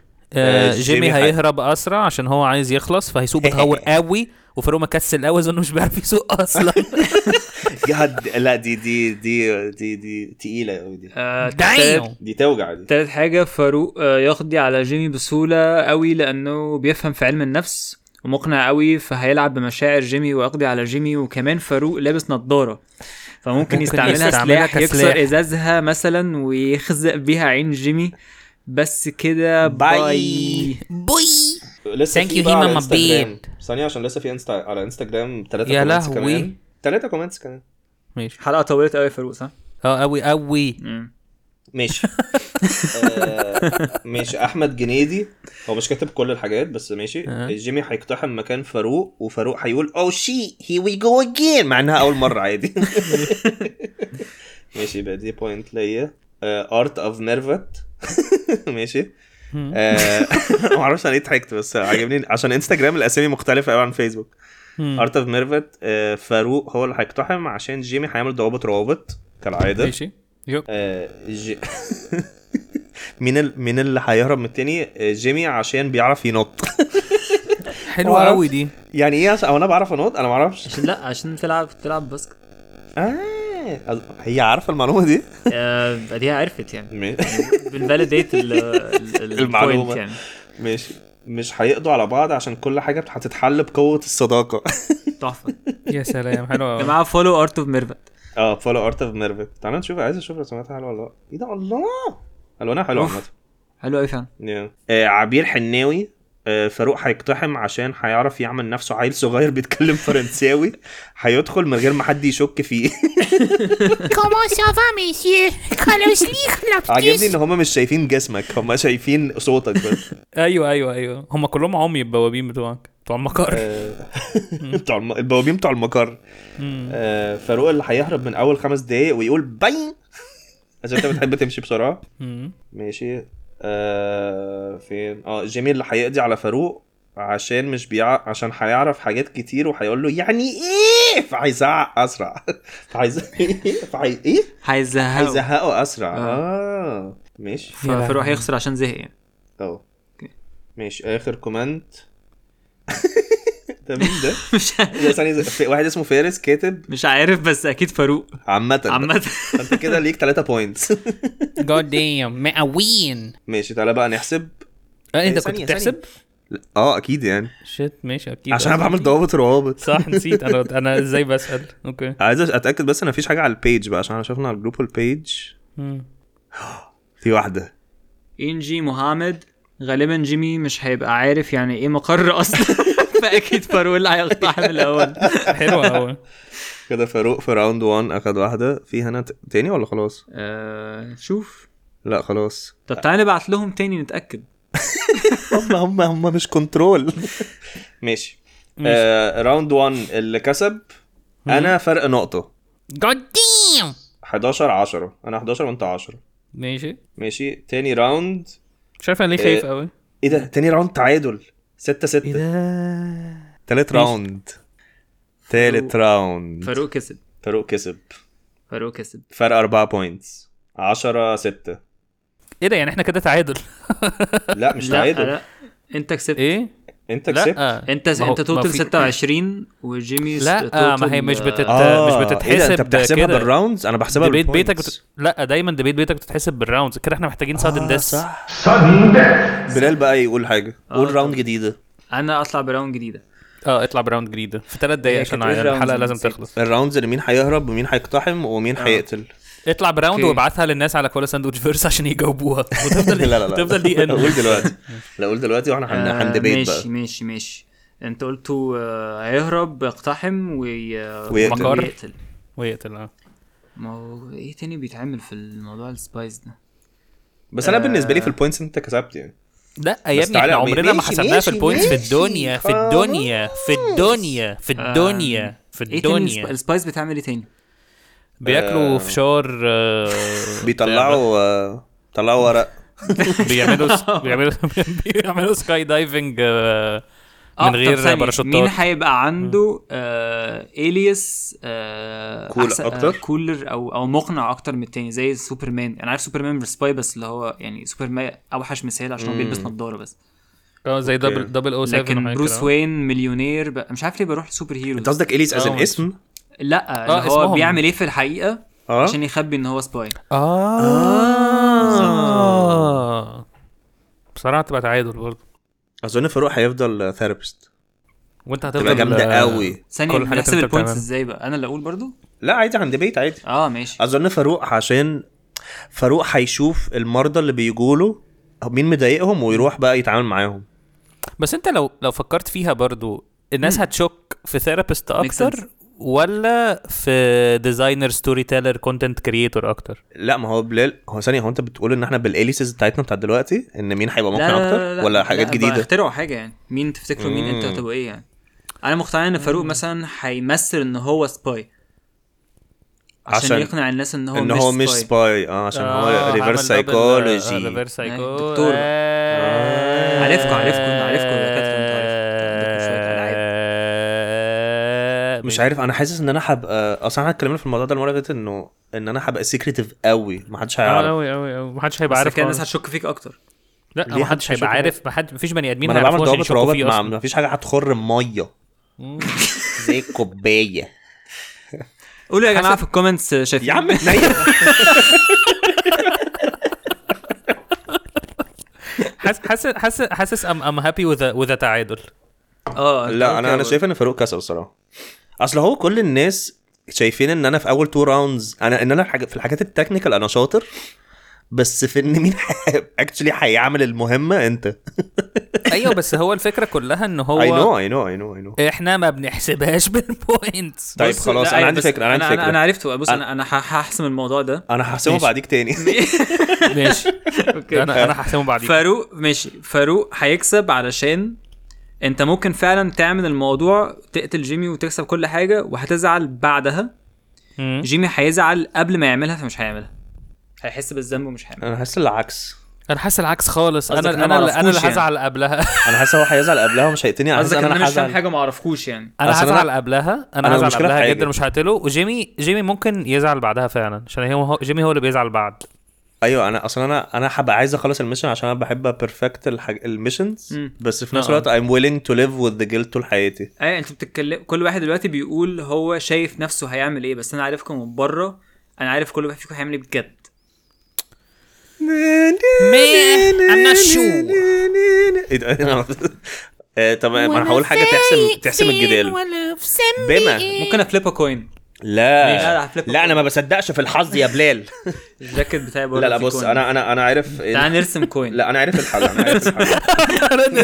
آه،
آه، جيمي
جيمي [LAUGHS]
هيهرب اسرع عشان هو عايز يخلص فهيسوق بتهور قوي وفاروق مكسل قوي اظن مش بيعرف يسوق
[LAUGHS]
اصلا
جد لا دي دي دي دي دي تقيله قوي دي
آه، تالت-
دايم
دي توجع دي
تالت حاجة فاروق آه، يقضي على جيمي بسهولة قوي لأنه بيفهم في علم النفس ومقنع قوي فهيلعب بمشاعر جيمي ويقضي على جيمي وكمان فاروق لابس نظارة فممكن
ممكن
يستعملها
يستعملها
سلاح يكسر
كسلاح.
إزازها مثلا ويخزق بيها عين جيمي بس كده
باي.
باي
بوي
لسه
Thank
في
you,
بقى على
هيما
انستجرام.
مبيد.
ثانيه عشان لسه في انستا على انستجرام ثلاثه
يا
كومنتس
لهوي.
كمان ثلاثه كومنتس كمان
ماشي
حلقة طولت قوي يا فاروق صح؟
[LAUGHS] اه قوي قوي
مم.
ماشي آه، ماشي احمد جنيدي هو مش كاتب كل الحاجات بس ماشي
آه.
جيمي هيقتحم مكان فاروق وفاروق هيقول "Oh, او شي هي وي جو اجين مع انها اول مره عادي ماشي يبقى دي بوينت ليا آه، ارت اوف ميرفت [LAUGHS] ماشي آه، [LAUGHS] ما اعرفش انا ليه ضحكت بس عجبني عشان انستجرام الاسامي مختلفه قوي عن فيسبوك ارت اوف ميرفت آه، فاروق هو اللي هيقتحم عشان جيمي هيعمل ضوابط روابط كالعاده
ماشي يو.
آه، ج... [LAUGHS] مين ال... مين اللي هيهرب من التاني آه، جيمي عشان بيعرف ينط
حلوه قوي دي
يعني ايه عشان- او انا بعرف انط انا ما اعرفش
عشان لا عشان تلعب تلعب باسكت
آه، هي عارفه المعلومه دي
آه، دي عرفت يعني
م-
بنفاليديت ال- ال- ال-
المعلومة.
point يعني
ماشي مش هيقضوا على بعض عشان كل حاجه هتتحل بقوه [LAUGHS] الصداقه
تحفة
يا سلام حلوه
يا
قوي
جماعة فولو ارت اوف ميرفت
اه فولو ارت اوف ميرفت تعالى نشوف عايز اشوف رسوماتها حلوه ولا لا ايه ده الله الوانها حلوه
أوف.
عامه
حلو قوي فعلا
Yeah. آه، عبير حناوي آه، فاروق هيقتحم عشان هيعرف يعمل نفسه عيل صغير بيتكلم [LAUGHS] فرنساوي هيدخل من غير ما حد يشك فيه
Comment ça va, messieurs? Carlos Lich, la
عاجبني ان هم مش شايفين جسمك هم شايفين صوتك بس
ايوه ايوه ايوه هم كلهم عمي البوابين بتوعك بتوع المقر [LAUGHS]
آه، بتوع الم- البوابين بتوع المقر آه، فاروق اللي هيهرب من اول خمس دقايق ويقول باين عشان انت بتحب تمشي بسرعه
مم.
ماشي آه فين اه جميل اللي هيقضي على فاروق عشان مش بيع عشان هيعرف حاجات كتير وهيقول له يعني ايه فهيزعق اسرع [LAUGHS] فهيز إيه؟ فهي ايه
هيزهقه
هيزهقه اسرع
آه.
اه ماشي
ف- فاروق هيخسر عشان زهق يعني [LAUGHS]
اه
أوكي.
ماشي اخر كومنت [LAUGHS] ده مين ده؟
مش ع-
ده ثانية زي- واحد اسمه فارس كاتب
مش عارف بس اكيد فاروق
عامة
عامة
انت كده ليك 3 بوينتس
God damn, man, I win.
[LAUGHS] ماشي تعالى بقى نحسب
آه، انت كنت
ثانية،
بتحسب
اه اكيد يعني
شيت ماشي اكيد
عشان
آه.
انا بعمل ضوابط روابط
[LAUGHS] صح نسيت انا انا ازاي بسال اوكي
عايز اتاكد بس ان مفيش حاجه على البيج بقى عشان انا شفنا على الجروب والبيج
مم.
في واحده
انجي محمد غالبا جيمي مش هيبقى عارف يعني ايه مقر [LAUGHS] اصلا فاكيد فاروق اللي هيقتحم الاول
حلوه قوي
كده فاروق في راوند 1 اخد واحده في هنا ت- تاني ولا خلاص
آه شوف
لا خلاص
طب تعالى نبعت لهم تاني نتاكد
هم [LAUGHS] هم هم مش كنترول [LAUGHS] ماشي آه راوند 1 اللي كسب انا فرق نقطه
God damn.
11 10 انا 11 وانت 10
ماشي
ماشي تاني راوند
شايف انا ليه خايف قوي
ايه ده تاني راوند تعادل 6 6
إيه ده
تالت راوند تالت راوند
فاروق كسب
فاروق كسب
فاروق كسب
فرق 4 بوينتس 10 6
ايه ده يعني احنا كده تعادل
لا مش
لا
تعادل
لا انت كسبت
ايه
انت كسبت
لا آه،
انت
ما هو-
انت
ما
توتال
في-
26 وجيمي آه،
لا آه، ما هي مش بتت مش
إيه ده؟
بتتحسب
انت بتحسبها
كده.
بالراوندز انا بحسبها
ديبيت
بالpoints.
بيتك بت... لا دايما ديبيت بيتك بتتحسب بالراوندز كده احنا محتاجين سادن
آه،
ديس
صح
Sudden death.
بلال بقى يقول حاجه
آه،
قول
طب.
راوند جديده
انا اطلع براوند جديده
اه اطلع براوند جديده في ثلاث دقايق
هي
عشان
كانت إيه
الحلقه
الراوندز
لازم
نسيت.
تخلص
الراوندز اللي مين هيهرب ومين هيقتحم ومين هيقتل
اطلع براوند
اوكي.
وابعتها للناس على كل ساندوتش فيرس عشان يجاوبوها
[LAUGHS]
وتفضل
لا لا لا
تفضل دي ان
قول دلوقتي [LAUGHS] لا قول دلوقتي واحنا هن-
آه،
هندبيت
ماشي
بقى
ماشي ماشي انت قلتوا آه، هيهرب يقتحم وي... آه،
ويقتل.
مقر.
ويقتل
ويقتل اه
ما هو ايه تاني بيتعمل في الموضوع السبايس ده
بس انا بالنسبه لي في البوينتس انت كسبت يعني
لا يا
بس
ابني
تعالى
احنا
ماشي،
عمرنا ما
ماشي،
حسبناها في
ماشي،
البوينتس في
ماشي.
الدنيا في الدنيا في الدنيا في الدنيا في
ايه تاني السب-
الدنيا
السبايس بتعمل ايه تاني
بياكلوا فشار آه،
بيطلعوا آه، بيطلعوا ورق
بيعملوا بيعملوا [LAUGHS] بيعملوا سكاي دايفنج آه،
آه،
من
طب
غير
ثانية، مين
باراشوتات
هيبقى عنده آه اليس آه
كول
أحسن-
أكتر؟
آه كولر او او مقنع اكتر من التاني زي سوبرمان انا عارف سوبرمان مش سباي بس اللي هو يعني سوبرمان اوحش مثال عشان هو بيلبس نظاره بس
اه زي
أوكي.
دبل دبل او 7
لكن بروس وين مليونير ب... مش عارف ليه بروح سوبر هيرو
انت قصدك اليس از
آه،
ان
ماشي.
اسم
لا
آه،
اللي هو
اسمهم.
بيعمل ايه في الحقيقه
اه
عشان يخبي ان هو سباي
اه بصراحه تبقى تعادل برضه
اظن فاروق هيفضل ثيرابيست
وانت
تبقى
هتفضل
جامده قوي
ثانيه
كل حاجة
بنحسب
أنت
البوينتس
بتعملها.
ازاي بقى انا اللي اقول برضو
لا عادي هندبيت عادي
اه ماشي
اظن فاروق عشان فاروق هيشوف المرضى اللي بيجوله مين مضايقهم ويروح بقى يتعامل معاهم
بس انت لو لو فكرت فيها برضو الناس هتشك في ثيرابيست اكتر
sense.
ولا في ديزاينر ستوري تيلر كونتنت كريتور اكتر
لا ما هو بلال هو ثانيه هو انت بتقول ان احنا بالاليسز بتاعتنا بتاعت دلوقتي ان مين هيبقى مقنع اكتر ولا حاجات
لا، بقى
جديده
اخترعوا حاجه يعني مين تفتكروا مين انت
مم.
هتبقى ايه يعني انا مقتنع ان فاروق مثلا هيمثل ان هو سباي عشان,
عشان
يقنع الناس ان هو
ان
مش آه،
هو مش
سباي
سباي اه عشان
آه،
هو ريفرس سايكولوجي
ريفرس
أيوة،
سايكولوجي
دكتور آه. بقى. عارفكوا- عارفكوا- عارفكوا يا كاترين، انتوا
آه.
عارفكوا. عندكوا شوية
مش عارف انا حاسس ان انا هبقى اصلا احنا اتكلمنا في الموضوع ده المره اللي فاتت انه ان انا هبقى سيكريتيف قوي ما
آه،
حدش هيعرف
قوي قوي قوي آه. محدش هيبقى
عارف
عارف
كده الناس
خالص.
هتشك فيك اكتر
لا
ليه
محدش
هتشك
هيبقى
بقى؟
عارف محد مفيش بني ادمين
ما انا بعمل
هيعرفوه عشان
ضوابط
يشكوا
روابط
فيه
ما
اصلا
ما فيش حاجه هتخر الميه [LAUGHS] زي الكوبايه
قولوا يا جماعه في الكومنتس شايفين
يا عم [LAUGHS] نايم
حاسس حاسس حاسس حاسس ام ام هابي وذ وذ [LAUGHS] تعادل
اه
لا انا انا شايف ان فاروق كسب الصراحه اصل هو كل الناس شايفين ان انا في اول تو راوندز انا ان انا الحاج- في الحاجات التكنيكال انا شاطر بس في ان مين اكشلي هيعمل المهمه انت
ايوه بس هو الفكره كلها ان هو
اي نو اي نو اي نو اي نو
احنا ما بنحسبهاش [LAUGHS] بالبوينتس
طيب
بص،
خلاص
لا،
انا
أي
عندي
بس
فكره انا عندي
انا
فكره
عرفت بقى، بص انا انا ه- هحسم الموضوع ده
انا هحسبه
ماشي.
بعديك تاني [LAUGHS]
ماشي انا انا هحسبه بعدين
فاروق ماشي فاروق هيكسب علشان انت ممكن فعلا تعمل الموضوع تقتل جيمي وتكسب كل حاجه وهتزعل بعدها
مم.
جيمي هيزعل قبل ما يعملها فمش هيعملها هيحس بالذنب ومش هيعملها
انا حاسس العكس
انا حاسس العكس خالص
قصدك
انا
إن أنا
انا اللي- انا اللي
معرفوش يعني.
هزعل قبلها [LAUGHS]
انا حاسس هو هيزعل قبلها ومش هيقتني انا حاسس
قصدك ان انا مش فاهم
هزعل
حاجه ما اعرفوش يعني
انا
أصل أنا-
هزعل قبلها
أنا
انا هزعل
المشكلة في
قبلها
حاجة.
جدا مش هقتله وجيمي جيمي ممكن يزعل بعدها فعلا عشان هو هو- جيمي هو اللي بيزعل
[LAUGHS]
بعد [LAUGHS]
ايوه انا اصلا انا انا هبقى عايز اخلص الميشن عشان انا بحب ابرفكت الحاج... الميشنز
مم. نعم.
بس في نفس
آه.
الوقت I'm willing to live with the guilt طول
[LAUGHS]
حياتي
اي انت بتتكلم كل واحد دلوقتي بيقول هو شايف نفسه هيعمل ايه بس انا عارفكم من بره انا عارف كل واحد فيكم هيعمل ايه بجد
I'm
[LAUGHS]
not sure.
ايه ده أنا- [LAUGHS] آه، طب انا هقول حاجه تحسم تحسم الجدال
ولا في سمي
بما
ممكن افليب كوين ماشي، أنا
لا
هفليب
لا انا ما بصدقش في الحظ يا [LAUGHS] بلال
الجاكيت بتاعي بره
لا لا
فيه
بص
كوين.
انا انا انا عارف
تعال نرسم كوين
لا انا عارف الحل انا عارف الحل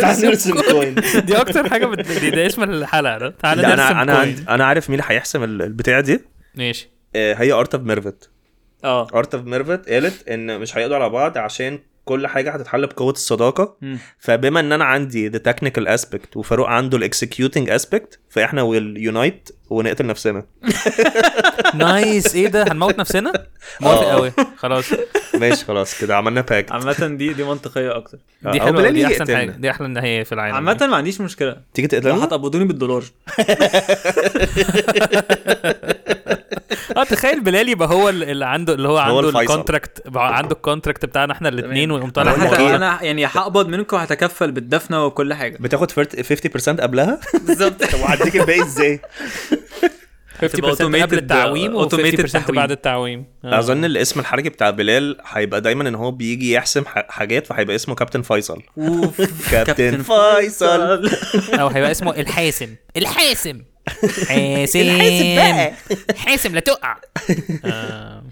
تعال نرسم كوين
دي اكتر حاجه بت- دي ده اسم الحلقه ده تعالى
لا انا
نرسم
انا
كوين
عند- انا عارف مين اللي هيحسم ال- البتاعه دي
ماشي
آه، هي ارت اوف ميرفت
اه
ارت اوف ميرفت قالت ان مش هيقضوا على بعض عشان كل حاجه هتتحل بقوه الصداقه
مم.
فبما ان انا عندي ذا تكنيكال اسبكت وفاروق عنده الاكسكيوتنج اسبكت فاحنا ويل يونايت ونقتل
[LAUGHS]
نفسنا
نايس ايه ده هنموت نفسنا موافق
آه.
قوي خلاص
ماشي خلاص كده عملنا آه، باك
عامة دي دي منطقية أكتر
يعني
دي حلوه دي احسن حاجه دي احلى نهايه في العالم
عامة ما عنديش مشكلة
تيجي
لو
تقتلنا
هتقبضوني بالدولار
اه تخيل بلال يبقى هو اللي عنده اللي هو
هو
عنده
الفيصل.
الكونتراكت عنده الكونتراكت بتاعنا احنا الاثنين ويقوم طالع
بقول
انا
لك
هت-
إيه.
انا يعني هقبض منكم وهتكفل بالدفنة وكل حاجة
بتاخد 50%
[LAUGHS]
قبلها
[LAUGHS] بالظبط
وهديك الباقي ازاي
50% قبل
automated-
التعويم و
automated
50%
تحويل.
بعد التعويم [LAUGHS] آه.
اظن الاسم الحركي بتاع بلال هيبقى دايما ان هو بيجي يحسم ح- حاجات فهيبقى اسمه كابتن
[LAUGHS]
فيصل
أوف،
كابتن فيصل [LAUGHS]
او آه. هيبقى اسمه الحاسم
الحاسم
حاسم
الحاسم بقى
حاسم لا تقع آه.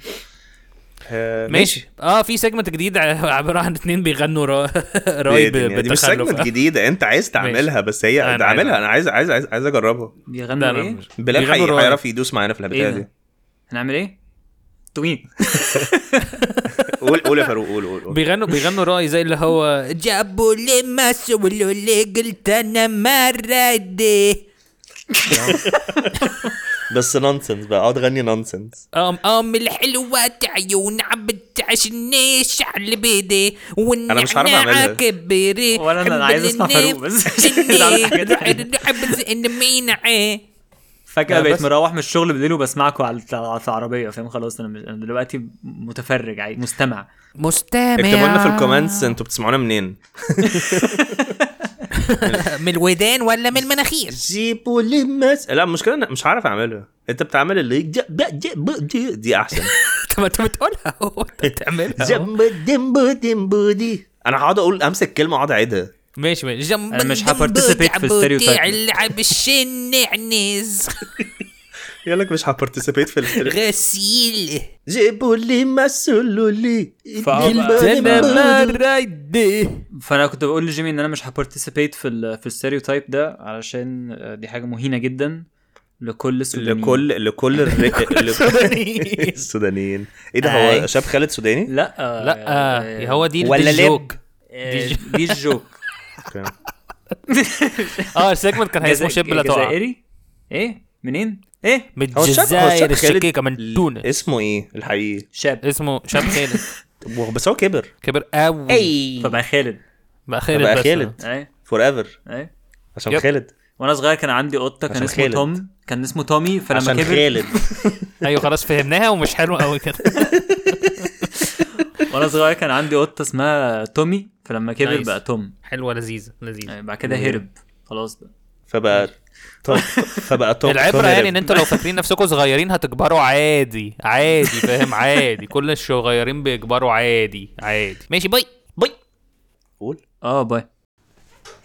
آه،
ماشي اه في سيجمنت جديد ع- عباره عن اتنين بيغنوا را... [LAUGHS] راي
دي,
ب-
دي, يعني. دي, دي مش
بتخلف
segment جديده انت عايز تعملها بس هي
أنا
طيب، أنا
عايز-
عاملها انا عايز عايز عايز, عايز اجربها
بيغنوا
ده أنا
ايه؟
مش-
إيه؟ بلال
بيغنوا
حي-
راي.
هيعرف يدوس معانا في البتاعه
ايه
دي
ده؟ هنعمل ايه؟ انتوا مين؟
قول قول يا فاروق قول قول قول
بيغنوا بيغنوا راي زي اللي هو جابوا لي مس ولو اللي قلت انا مره دي
بس نونسنس بقى اقعد غني نونسنس
ام
أم الحلوة عيون عبد عشني شعل بيدي والنعناع
مش عارف أعملها.
كبيري
ولا أنا- أنا عايز أسمع فاروق [LAUGHS] بس. على حاجات تانية.
بس
فجأة
لا،
بقيت
بس-
مروح من الشغل بالليل وبسمعكم على على العربية فاهم خلاص انا مش- أنا دلوقتي متفرج عادي مستمع
مستمع
اكتبوا لنا في
[LAUGHS]
الكومنتس انتوا بتسمعونا منين
من الودان ولا من المناخير
جيبوا لي مس لا المشكله انا مش عارف اعملها انت بتعمل اللي ج- ب- ج- ب- دي- دي [LAUGHS] احسن
[LAUGHS] طب ما انت بتقولها [LAUGHS] اهو انت
[LAUGHS]
بتعملها أهو.
جنب دمبو دمبو دي انا هقعد اقول امسك كلمه اقعد اعيدها
ماشي ماشي جم...
أنا مش هparticipate في الstereotype.
العب
يعني.
الشنعنز
يقول لك مش هبارتيسيبيت في الفيلم
غسيل
جيبوا لي ما سولوا لي
فأه بقى.
انا مره دي
فانا كنت بقول لجيمي ان انا مش هبارتيسيبيت في ال في الستيريوتايب ده علشان آه، دي حاجه مهينه جدا لكل سوداني
لكل [LAUGHS] لكل السودانيين السودانيين ايه ده هو
أي.
شاب خالد سوداني؟
لا
لا آه، هو دي
ولا
ولا
لب.
الجوك
دي دي
[LAUGHS]
الجوك
اه السيجمنت كان
جزا-
اسمه شاب لا تقع
جزائري ايه منين ايه
من
هو الشاب- هو الشاب
الجزائر
خالد
الشقيقه من تونس
اسمه ايه الحقيقي؟
شاب
اسمه شاب
[LAUGHS]
خالد
طب هو- بس هو كبر
كبر قوي
فبقى خالد
بقى خالد
بقى
بس
خالد.
ايه
فور ايفر
ايه
عشان
يب.
خالد
وانا صغير كان عندي قطه كان
عشان
اسمه
خالد.
توم كان اسمه تومي فلما
عشان
كبر [LAUGHS]
خالد
ايوه خلاص فهمناها ومش حلوه قوي
[LAUGHS]
كده
وانا صغير كان عندي قطه اسمها تومي فلما كبر
نايس.
بقى توم
حلوه لذيذه لذيذه
يعني بعد كده هرب خلاص بقى
[LAUGHS] فبقى طب فبقى توم
العبره يعني ان انتوا لو فاكرين نفسكم صغيرين هتكبروا عادي عادي فاهم عادي كل الصغيرين بيكبروا عادي عادي ماشي باي باي
قول
اه باي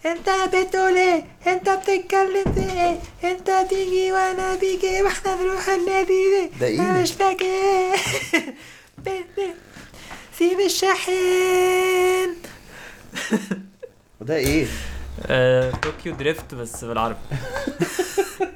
انت بتقول ايه انت بتتكلم في ايه انت تيجي وانا بيجي واحنا نروح النادي ليه
إيه؟
ده ايه انا مش فاكر [LAUGHS] سيب الشاحن
ده ايه؟
آه، طوكيو دريفت بس بالعربي